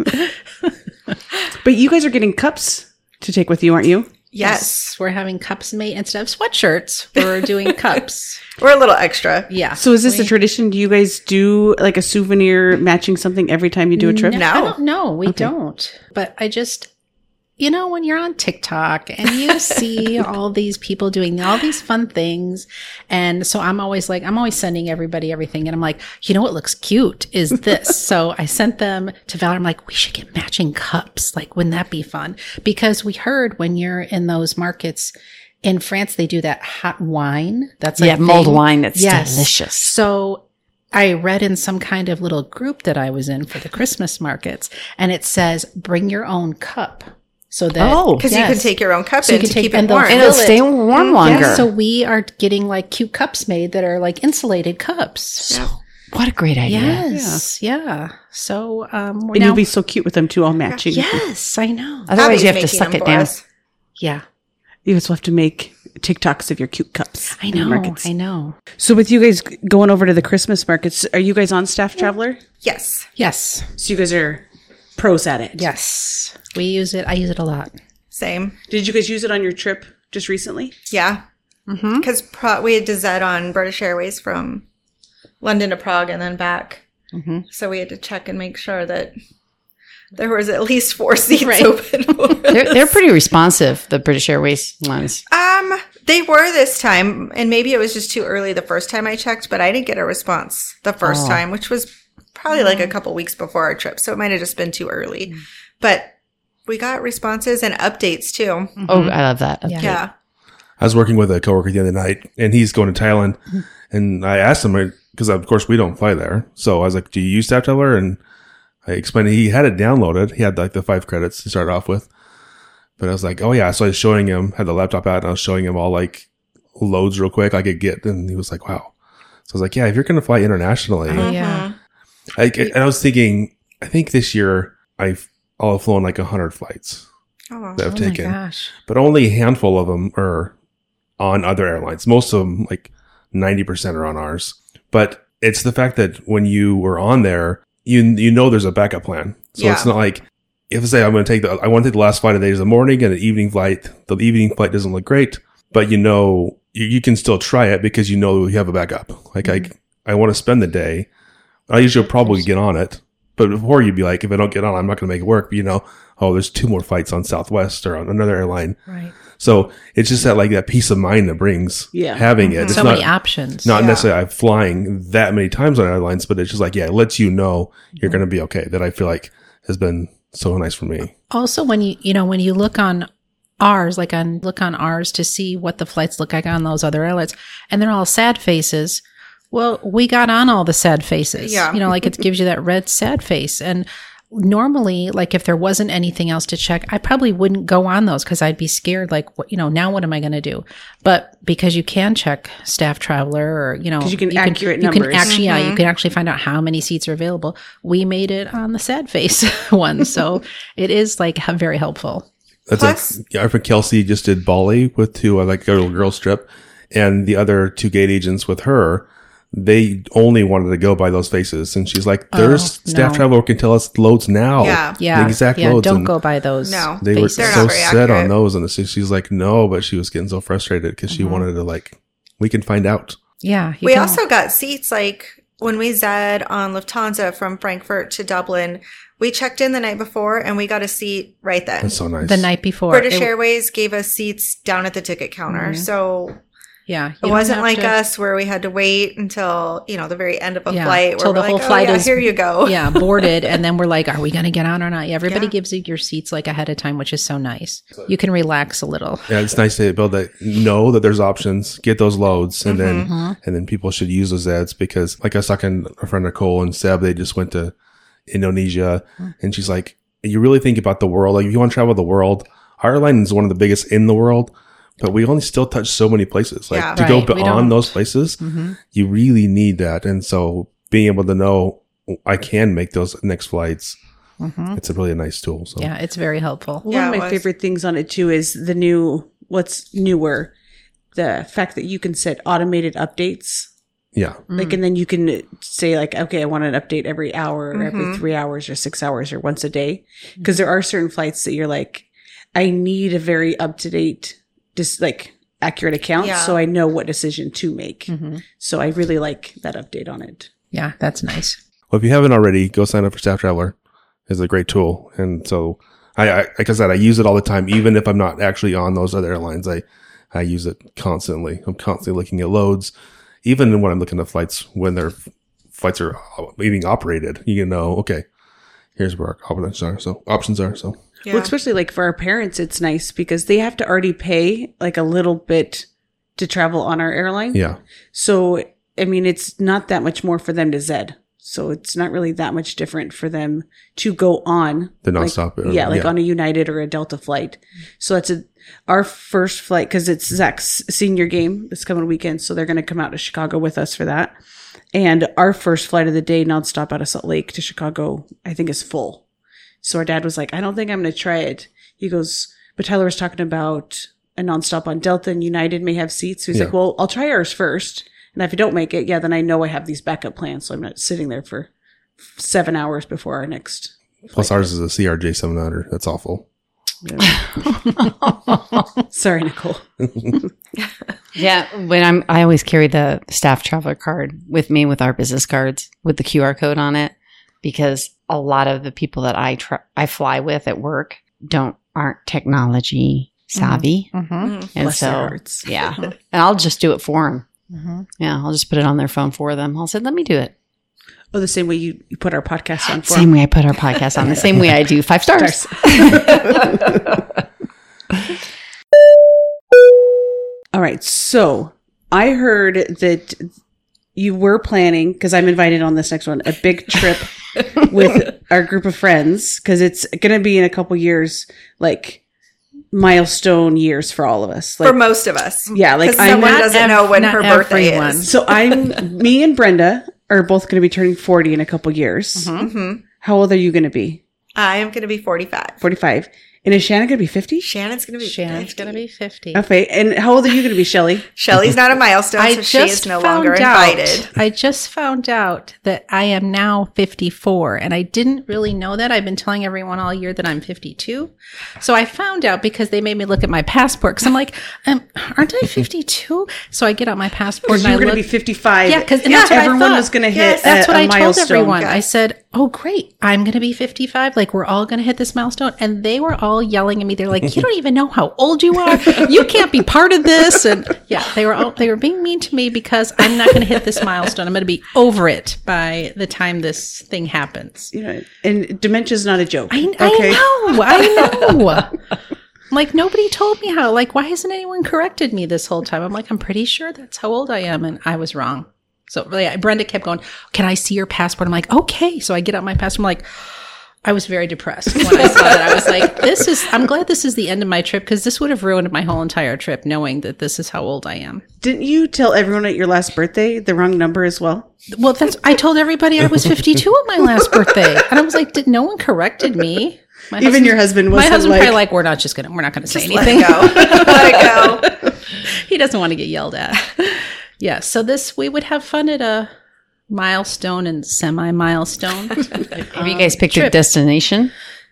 Speaker 1: But you guys are getting cups to take with you, aren't you?
Speaker 6: Yes.
Speaker 5: We're having cups made instead of sweatshirts. We're doing cups.
Speaker 6: We're a little extra.
Speaker 5: Yeah.
Speaker 1: So is this
Speaker 5: We-
Speaker 1: a tradition? Do you guys do like a souvenir matching something every time you do a trip?
Speaker 5: No,
Speaker 6: No.
Speaker 5: I don't know. We
Speaker 1: Okay.
Speaker 5: don't. But I just, you know, when you're on TikTok and you see all these people doing all these fun things, and so I'm always like, I'm always sending everybody everything, and I'm like, you know what looks cute is this. so I sent them to Val. I'm like, we should get matching cups. Like, wouldn't that be fun? Because we heard when you're in those markets. In France, they do that hot wine. That's a
Speaker 4: yeah, mulled
Speaker 5: thing.
Speaker 4: wine that's
Speaker 5: Yes.
Speaker 4: delicious.
Speaker 5: So I read in some kind of little group that I was in for the Christmas markets, and it says bring your own cup so that
Speaker 4: Oh.
Speaker 6: Because you
Speaker 5: Yes.
Speaker 6: can take your own cup
Speaker 5: So you
Speaker 6: in
Speaker 5: can
Speaker 6: to
Speaker 5: take-
Speaker 6: keep
Speaker 5: and
Speaker 6: it
Speaker 5: they'll
Speaker 6: warm.
Speaker 4: And it'll
Speaker 5: fill it.
Speaker 4: stay warm
Speaker 5: Yeah,
Speaker 4: longer.
Speaker 5: so we are getting like cute cups made that are like insulated cups.
Speaker 6: Yeah.
Speaker 4: What a great idea.
Speaker 5: Yes, yeah. So um, we're
Speaker 1: And
Speaker 5: now.
Speaker 1: you'll be so cute with them too, all matching.
Speaker 5: yes, I know.
Speaker 4: Otherwise, you
Speaker 6: Abby's
Speaker 4: have to
Speaker 6: making
Speaker 4: suck
Speaker 6: them
Speaker 4: it
Speaker 6: for
Speaker 4: down.
Speaker 6: us.
Speaker 5: Yeah,
Speaker 1: You guys will have to make TikToks of your cute cups.
Speaker 5: I
Speaker 1: in the
Speaker 5: know.
Speaker 1: markets.
Speaker 5: I know.
Speaker 1: So with you guys g- going over to the Christmas markets, are you guys on staff traveler?
Speaker 6: Yes.
Speaker 5: Yes,
Speaker 1: So you guys are pros at it.
Speaker 5: yes. We use it. I use it a lot.
Speaker 6: Same.
Speaker 1: Did you guys use it on your trip just recently?
Speaker 6: Yeah.
Speaker 5: Mm-hmm.
Speaker 6: Because pro- we had to Zed on British Airways from London to Prague and then back.
Speaker 5: Mm-hmm.
Speaker 4: Mhm.
Speaker 6: So we had to check and make sure that there was at least four seats open. for
Speaker 4: They're, they're
Speaker 6: us.
Speaker 4: pretty responsive, the British Airways ones. Oh,
Speaker 6: Um, they were this time, and maybe it was just too early the first time I checked, but I didn't get a response the first
Speaker 4: Oh.
Speaker 6: time, which was probably
Speaker 5: Mm.
Speaker 6: like a couple weeks before our trip. So it might have just been too early. But we got responses and updates too.
Speaker 5: Mm-hmm.
Speaker 4: Oh, I love that.
Speaker 5: Yeah.
Speaker 6: Yeah.
Speaker 3: I was working with a coworker the other night, and he's going to Thailand,
Speaker 4: Mm-hmm.
Speaker 3: and I asked him because of course we don't fly there, so I was like, "Do you use Staff Traveler?" And I explained he had it downloaded. He had like the five credits to start off with, but I was like, "Oh yeah," so I was showing him had the laptop out, and I was showing him all like loads real quick I could get, and he was like, "Wow." So I was like, "Yeah, if you're going to fly internationally,
Speaker 4: Uh-huh.
Speaker 5: Oh, yeah.
Speaker 6: Mhm.
Speaker 3: I, and I was thinking, I think this year I've all flown like hundred flights
Speaker 6: Oh, wow.
Speaker 3: that I've
Speaker 5: oh
Speaker 3: taken
Speaker 5: my gosh.
Speaker 3: but only a handful of them are on other airlines. Most of them, like 90% are on ours. But it's the fact that when you were on there, you you know there's a backup plan. So it's
Speaker 6: Yeah.
Speaker 3: not like if say I'm going to take the I want to take the last flight of the day is the morning and an evening flight. The evening flight doesn't look great, but you know you, you can still try it because you know you have a backup. Like
Speaker 5: Mm-hmm.
Speaker 3: I I want to spend the day. I usually probably get on it, but before you'd be like, if I don't get on, I'm not going to make it work. But you know, oh, there's two more flights on Southwest or on another airline.
Speaker 5: Right.
Speaker 3: So it's just that like that peace of mind that brings
Speaker 1: Yeah.
Speaker 3: having it.
Speaker 6: Mhm.
Speaker 3: It's
Speaker 5: so
Speaker 3: not
Speaker 5: many options.
Speaker 3: not
Speaker 6: Yeah.
Speaker 3: necessarily I'm flying that many times on airlines, but it's just like yeah, it lets you know you're going to be okay. That I feel like has been so nice for me.
Speaker 5: also when you you know when you look on ours like on look on ours to see what the flights look like on those other airlines and they're all sad faces well we got on all the sad faces
Speaker 6: Yeah.
Speaker 5: you know like it gives you that red sad face and normally like if there wasn't anything else to check i probably wouldn't go on those because i'd be scared like what you know now what am i going to do but because you can check staff traveler or you know
Speaker 1: 'Cause you can accurate
Speaker 5: you
Speaker 1: numbers.
Speaker 5: can actually yeah you can actually find out how many seats are available we made it on the sad face one so it is like h- very helpful
Speaker 3: That's
Speaker 6: Plus-
Speaker 3: like yeah, I think Kelsey just did Bali with two uh, like a little girl strip, and the other two gate agents with her. they only wanted to go by those faces. And she's like, there's
Speaker 5: Oh,
Speaker 3: staff
Speaker 5: no.
Speaker 3: travel can tell us loads now.
Speaker 6: Yeah.
Speaker 5: Yeah.
Speaker 3: The exact
Speaker 5: yeah.
Speaker 3: loads
Speaker 5: Don't
Speaker 3: and-
Speaker 5: go by those.
Speaker 6: No.
Speaker 3: They were
Speaker 5: faces.
Speaker 6: They're
Speaker 3: so
Speaker 6: not very
Speaker 3: set on
Speaker 6: accurate.
Speaker 3: those. And she- she's like, no, but she was getting so frustrated because she
Speaker 6: Mm-hmm.
Speaker 4: Mhm.
Speaker 3: wanted to like, we can find out.
Speaker 5: Yeah. you
Speaker 6: we
Speaker 5: don't.
Speaker 6: also got seats like when we zed on Lufthansa from Frankfurt to Dublin. We checked in the night before and we got a seat right then.
Speaker 3: That's so nice.
Speaker 5: the night before It-
Speaker 6: British Airways gave us seats down at the ticket counter.
Speaker 5: Mhm.
Speaker 6: So
Speaker 5: Yeah. you
Speaker 6: it
Speaker 5: don't
Speaker 6: wasn't
Speaker 5: have
Speaker 6: like
Speaker 5: to-
Speaker 6: us where we had to wait until, you know, the very end of a
Speaker 5: Yeah,
Speaker 6: flight
Speaker 5: till
Speaker 6: where we're
Speaker 5: the
Speaker 6: like,
Speaker 5: whole
Speaker 6: oh,
Speaker 5: flight
Speaker 6: yeah,
Speaker 5: is-
Speaker 6: here you go.
Speaker 5: yeah, boarded, and then we're like, "Are we going to get on or not?" Yeah, everybody
Speaker 6: Yeah.
Speaker 5: gives you your seats like ahead of time, which is so nice. You can relax a little.
Speaker 3: yeah, it's nice to build that. Know that there's options. Get those loads, and then
Speaker 5: Mhm.
Speaker 3: and then people should use those ads because, like I was talking to our friend Nicole and Seb, they just went to Indonesia,
Speaker 5: Mm.
Speaker 3: and she's like, "You really think about the world? Like, if you want to travel the world, our airline is one of the biggest in the world, but we only still touch so many places. Like
Speaker 6: Yeah.
Speaker 3: to go
Speaker 5: Right, we
Speaker 3: beyond
Speaker 5: don't.
Speaker 3: those places,
Speaker 5: Mhm.
Speaker 3: you really need that. And so, being able to know I can make those next flights,
Speaker 5: Mhm.
Speaker 3: it's a really nice tool. So,
Speaker 5: Yeah, it's very helpful.
Speaker 6: Yeah,
Speaker 1: One
Speaker 6: it
Speaker 1: of my
Speaker 6: was.
Speaker 1: favorite things on it too is the new what's newer, the fact that you can set automated updates.
Speaker 3: yeah,
Speaker 1: Like, and then you can say like, okay, I want an update every hour, or every
Speaker 6: Mhm.
Speaker 1: three hours, or six hours, or once a day, because there are certain flights that you're like, I need a very up to date, just like accurate account,
Speaker 6: Yeah.
Speaker 1: so I know what decision to make.
Speaker 5: Mhm.
Speaker 1: So I really like that update on it.
Speaker 5: Yeah, that's nice.
Speaker 3: Well, if you haven't already, go sign up for Staff Traveler. It's a great tool, and so I, I like I said, I use it all the time, even if I'm not actually on those other airlines. I I use it constantly. I'm constantly looking at loads, even when I'm looking at flights when their flights are being operated. You know, okay, here's where our options are. So options are so
Speaker 6: Yeah.
Speaker 1: Well, especially like for our parents, it's nice because they have to already pay like a little bit to travel on our airline.
Speaker 3: yeah,
Speaker 1: So, I mean, it's not that much more for them to Zed. So it's not really that much different for them to go on
Speaker 3: the
Speaker 1: like-
Speaker 3: nonstop. uh,
Speaker 1: yeah, like on a United or a Delta flight. So that's a our first flight because it's Zach's senior game this coming weekend. So they're going to come out to Chicago with us for that. And our first flight of the day, nonstop out of Salt Lake to Chicago, I think is full. So our dad was like, I don't think I'm going to try it. He goes, but Tyler was talking about a nonstop on Delta and United may have seats. So he's
Speaker 3: Yeah.
Speaker 1: like, well, I'll try ours first. And if I don't make it, yeah, then I know I have these backup plans. So I'm not sitting there for seven hours before our next.
Speaker 3: plus ours is a CRJ 700. That's awful.
Speaker 1: Sorry, Nicole.
Speaker 4: Yeah, when I'm, I always carry the staff traveler card with me with our business cards with the QR code on it because a lot of the people that I tr I fly with at work don't aren't technology savvy,
Speaker 5: Mhm.
Speaker 4: and
Speaker 1: Bless
Speaker 4: so
Speaker 1: their hearts.
Speaker 4: yeah, and I'll just do it for them.
Speaker 5: Mhm.
Speaker 4: Yeah, I'll just put it on their phone for them. I'll say, let me do it.
Speaker 1: Oh, the same way you, you put our podcast on for
Speaker 4: Same way I put our podcast on, the same way I do five stars.
Speaker 1: stars. All right. So I heard that you were planning, because I'm invited on this next one, a big trip with our group of friends, because it's going to be in a couple years, like milestone years for all of us. Like,
Speaker 6: For most of us.
Speaker 1: yeah, like
Speaker 6: Because
Speaker 1: I'm
Speaker 6: someone
Speaker 1: not-
Speaker 6: doesn't
Speaker 5: ev-
Speaker 6: know when
Speaker 5: not
Speaker 6: her birthday
Speaker 5: everyone.
Speaker 6: is.
Speaker 1: so I'm, me and Brenda are both going to be turning 40 in a couple years.
Speaker 6: hmm
Speaker 1: How old are you going to be?
Speaker 6: I am going to be 45.
Speaker 1: 45. And is Shannon going to be 50?
Speaker 6: Shannon's going to be
Speaker 5: Shannon's
Speaker 6: 50.
Speaker 5: going to be 50.
Speaker 1: Okay, and how old are you going to be, Shelly?
Speaker 6: Shelly's not a milestone, so she is no longer invited.
Speaker 5: I just found out that I am now 54, and I didn't really know that. I've been telling everyone all year that I'm 52. So I found out because they made me look at my passport. Because I'm like, um, aren't I 52? So I get out my passport
Speaker 1: Because
Speaker 5: and I
Speaker 1: you're going to
Speaker 5: look.
Speaker 1: be 55.
Speaker 5: Yeah, 'cause- and that's what I
Speaker 1: everyone
Speaker 5: thought.
Speaker 1: was going to hit.
Speaker 6: Yes,
Speaker 5: that's
Speaker 1: a-
Speaker 5: what
Speaker 1: a
Speaker 5: I told
Speaker 1: milestone.
Speaker 5: everyone.
Speaker 6: Yeah.
Speaker 5: I said, "Oh, great! I'm going to be 55. Like we're all going to hit this milestone." And they were all yelling at me. They're like, "You don't even know how old you are. You can't be part of this." And yeah, they were all they were being mean to me because I'm not going to hit this milestone. I'm going to be over it by the time this thing happens.
Speaker 1: You know, and dementia's not a joke.
Speaker 5: I, I know. I know. I'm like nobody told me how. Like, why hasn't anyone corrected me this whole time? I'm like, I'm pretty sure that's how old I am, and I was wrong. So really, Brenda kept going. Can I see your passport? I'm like, okay. So I get out my passport. I'm like, I was very depressed when I saw that. I was like, this is. I'm glad this is the end of my trip because this would have ruined my whole entire trip knowing that this is how old I am.
Speaker 1: Didn't you tell everyone at your last birthday the wrong number as well?
Speaker 5: Well, that's. I told everybody I was 52 on my last birthday, and I was like, did no one corrected me? My
Speaker 1: Even your husband
Speaker 5: my
Speaker 1: wasn't
Speaker 5: husband
Speaker 1: like,
Speaker 5: probably like we're not just gonna we're not gonna say
Speaker 6: Just let
Speaker 5: anything.
Speaker 6: it go. let it go.
Speaker 5: he doesn't want to get yelled at. Yeah. So this we would have fun at a milestone and semi milestone.
Speaker 4: Have you guys picked a destination?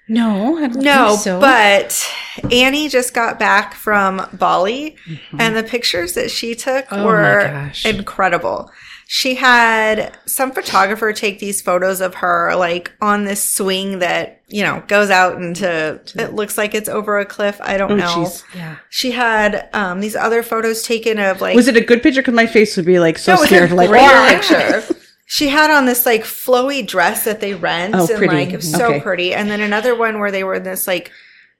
Speaker 5: No, I don't
Speaker 6: No,
Speaker 5: think so.
Speaker 6: but Annie just got back from Bali, and the pictures that she took
Speaker 5: Mm-hmm. Oh my
Speaker 6: were
Speaker 5: gosh.
Speaker 6: incredible. She had some photographer take these photos of her, like on this swing that you know goes out into. It looks like it's over a cliff. I don't
Speaker 1: Oh,
Speaker 6: know.
Speaker 1: jeez.
Speaker 5: yeah.
Speaker 6: She had um, these other photos taken of like
Speaker 1: Was it a good picture? Because my face would be like so
Speaker 6: it's a
Speaker 1: scared. Like,
Speaker 6: great
Speaker 1: "Ah!"
Speaker 6: picture. She had on this like flowy dress that they rent
Speaker 1: Oh,
Speaker 6: and
Speaker 1: pretty.
Speaker 6: like it was so
Speaker 1: Okay.
Speaker 6: pretty. And then another one where they were in this like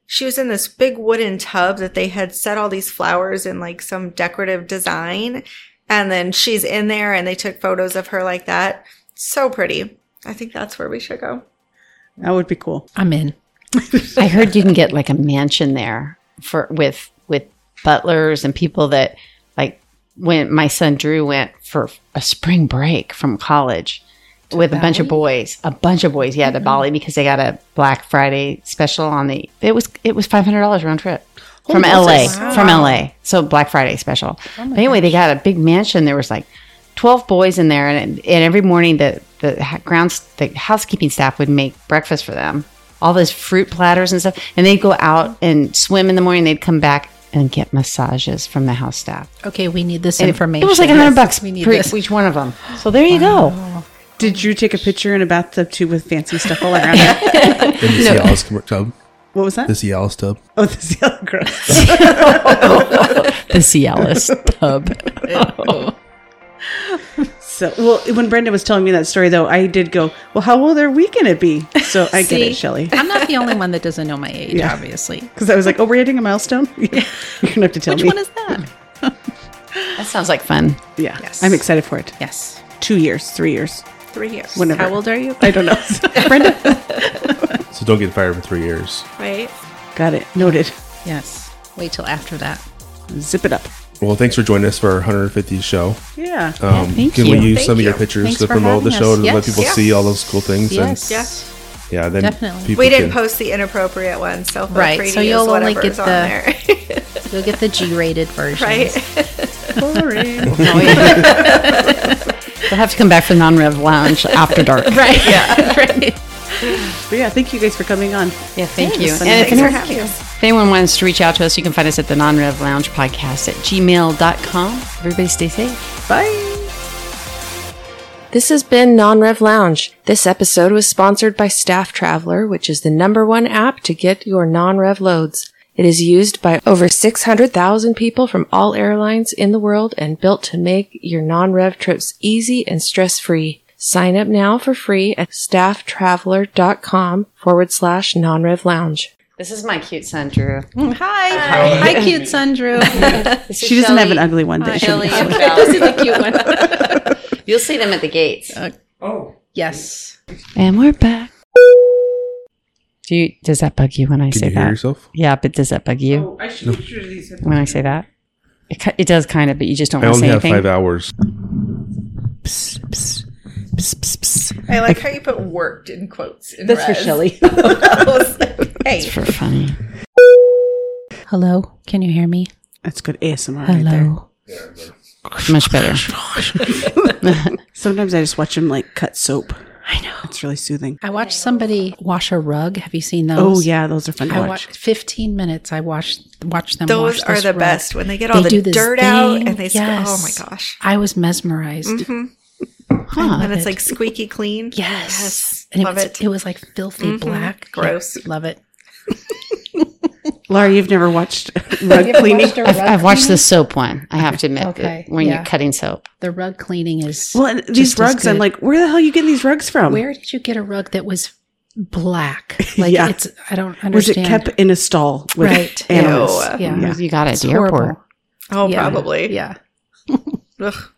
Speaker 6: she was in this big wooden tub that they had set all these flowers in like some decorative design. And then she's in there and they took photos of her like that. So pretty. I think that's where we should go.
Speaker 1: that would be cool.
Speaker 5: I'm in.
Speaker 4: I heard you can get like a mansion there for with with butlers and people that like when my son Drew went for a spring break from college with a bunch of boys, a bunch of boys, yeah,
Speaker 5: Mm-hmm.
Speaker 4: to Bali because they got a Black Friday special on the. It was it was five hundred dollars round trip from
Speaker 5: Oh,
Speaker 4: LA from LA, so Black Friday special. but anyway, they got a big mansion. There was like twelve boys in there, and and every morning the the ha- grounds the housekeeping staff would make breakfast for them, all those fruit platters and stuff, and they'd go out and swim in the morning. They'd come back and get massages from the house staff.
Speaker 5: Okay, we need this
Speaker 4: And it-
Speaker 5: information.
Speaker 4: It was like a hundred
Speaker 5: Yes,
Speaker 4: bucks
Speaker 5: We need
Speaker 4: for
Speaker 5: this.
Speaker 4: each one of them. So there you go.
Speaker 1: Did you take a picture in a bathtub too with fancy stuff all around it?
Speaker 3: In the Cialis com- tub.
Speaker 1: What was that?
Speaker 3: The Cialis tub.
Speaker 1: oh, this yellow gross.
Speaker 4: The Cialis tub.
Speaker 1: So, well, when Brenda was telling me that story, though, I did go, well, how old are we going to be? So I get
Speaker 5: See?
Speaker 1: it, Shelly.
Speaker 5: I'm not the only one that doesn't know my age,
Speaker 1: Yeah.
Speaker 5: obviously.
Speaker 1: Because I was like, oh, we're hitting a milestone? You're going to have to tell
Speaker 5: Which
Speaker 1: me.
Speaker 5: one is that?
Speaker 4: That sounds like fun.
Speaker 1: yeah.
Speaker 5: Yes.
Speaker 1: I'm excited for it.
Speaker 5: Yes.
Speaker 1: Two years, three years,
Speaker 6: Three years.
Speaker 1: whenever.
Speaker 5: How old are you?
Speaker 1: I don't know. Brenda?
Speaker 3: So don't get fired for three years.
Speaker 6: Right?
Speaker 1: Got it. Noted.
Speaker 5: Yes. Wait till after that.
Speaker 1: Zip it up.
Speaker 3: Well, thanks for joining us for our 150th show.
Speaker 1: Yeah.
Speaker 3: Um,
Speaker 4: thank
Speaker 3: can
Speaker 4: you.
Speaker 3: we use
Speaker 6: Thank
Speaker 3: some of your
Speaker 6: you.
Speaker 3: pictures
Speaker 5: Thanks
Speaker 3: to
Speaker 5: for
Speaker 3: promote the
Speaker 5: having
Speaker 3: show
Speaker 5: us.
Speaker 3: to
Speaker 5: Yes.
Speaker 3: let people
Speaker 6: Yeah.
Speaker 3: see all those cool things?
Speaker 5: Yes.
Speaker 6: Yeah.
Speaker 3: And, yeah, then
Speaker 5: Definitely.
Speaker 3: people
Speaker 6: We didn't
Speaker 3: can-
Speaker 6: post the inappropriate one, so feel
Speaker 5: Right,
Speaker 6: free to
Speaker 5: so
Speaker 6: use
Speaker 5: you'll only
Speaker 6: whatever's
Speaker 5: get
Speaker 6: on
Speaker 5: the-
Speaker 6: there.
Speaker 5: You'll get the G-rated version.
Speaker 6: right?
Speaker 1: Boring.
Speaker 4: They'll have to come back for non-rev lounge after dark.
Speaker 5: Right. Yeah. right.
Speaker 1: but yeah, thank you guys for coming on.
Speaker 4: Yeah, thank you.
Speaker 1: Thanks.
Speaker 4: And if
Speaker 6: Thanks for
Speaker 4: anyone,
Speaker 6: having us.
Speaker 4: if anyone wants to reach out to us, you can find us at the non-rev lounge podcast at gmail.com. Everybody stay safe.
Speaker 1: Bye.
Speaker 2: This has been Non-Rev Lounge. This episode was sponsored by Staff Traveler, which is the number one app to get your non-rev loads. It is used by over 600,000 people from all airlines in the world and built to make your non-rev trips easy and stress-free. Sign up now for free at stafftraveler.com forward slash non-rev lounge.
Speaker 4: This is my cute son, Drew.
Speaker 5: Mm, Hi. Hi, cute son Drew.
Speaker 1: She doesn't have an ugly one. That she
Speaker 5: this is a cute one.
Speaker 4: You'll see them at the gates.
Speaker 1: Oh.
Speaker 5: Yes.
Speaker 4: And we're back. Do you, does that bug you when I
Speaker 3: Can
Speaker 4: say
Speaker 3: you hear
Speaker 4: that?
Speaker 3: yourself?
Speaker 4: Yeah, but does that bug you
Speaker 1: Oh, I should make sure these
Speaker 4: when I say that? It, ki- it does kind of, but you just don't
Speaker 3: I
Speaker 4: want to
Speaker 3: only
Speaker 4: say
Speaker 3: have
Speaker 4: anything.
Speaker 3: five hours.
Speaker 6: I like how you put worked in quotes. In
Speaker 1: That's for Shelly.
Speaker 6: hey,
Speaker 4: For funny.
Speaker 5: Hello. Can you hear me?
Speaker 1: That's good ASMR right there.
Speaker 5: Hello.
Speaker 4: Much better.
Speaker 1: Sometimes I just watch him like cut soap. I know. It's really soothing.
Speaker 5: I watched somebody wash a rug. Have you seen those?
Speaker 1: Oh, yeah. Those are fun to
Speaker 5: I
Speaker 1: watch.
Speaker 5: watched 15 minutes. I watched watched them.
Speaker 6: those
Speaker 5: wash
Speaker 6: are
Speaker 5: this
Speaker 6: the
Speaker 5: rug.
Speaker 6: best when they get all
Speaker 5: They do
Speaker 6: the
Speaker 5: this
Speaker 6: dirt out
Speaker 5: thing.
Speaker 6: and they. sc-
Speaker 5: Yes.
Speaker 6: Oh my gosh!
Speaker 5: I was mesmerized.
Speaker 6: Mm-hmm.
Speaker 4: Huh.
Speaker 6: And it's like squeaky clean.
Speaker 5: Yes. And it
Speaker 6: love
Speaker 5: was,
Speaker 6: it. Mm-hmm.
Speaker 5: it. was like filthy black.
Speaker 6: Gross.
Speaker 5: Yeah, love it.
Speaker 1: Laura, you've never watched rug cleaning.
Speaker 4: I've, I've watched the soap one. I have to admit, that
Speaker 5: Okay,
Speaker 4: when
Speaker 5: yeah.
Speaker 4: you're cutting soap.
Speaker 5: The rug cleaning is.
Speaker 1: Well, and
Speaker 5: just
Speaker 1: these
Speaker 5: as
Speaker 1: rugs, I'm
Speaker 5: good.
Speaker 1: like, where the hell are you getting these rugs from?
Speaker 5: where did you get a rug that was black? Like
Speaker 1: Yeah.
Speaker 5: it's. I don't
Speaker 1: was it
Speaker 5: understand.
Speaker 1: kept in a stall with
Speaker 5: Right.
Speaker 1: animals?
Speaker 6: Ew.
Speaker 5: Yeah.
Speaker 1: Yeah.
Speaker 4: You got it at
Speaker 5: It's
Speaker 4: the
Speaker 5: horrible.
Speaker 4: airport.
Speaker 6: Oh,
Speaker 5: Yeah.
Speaker 6: probably.
Speaker 5: Yeah.
Speaker 6: Ugh.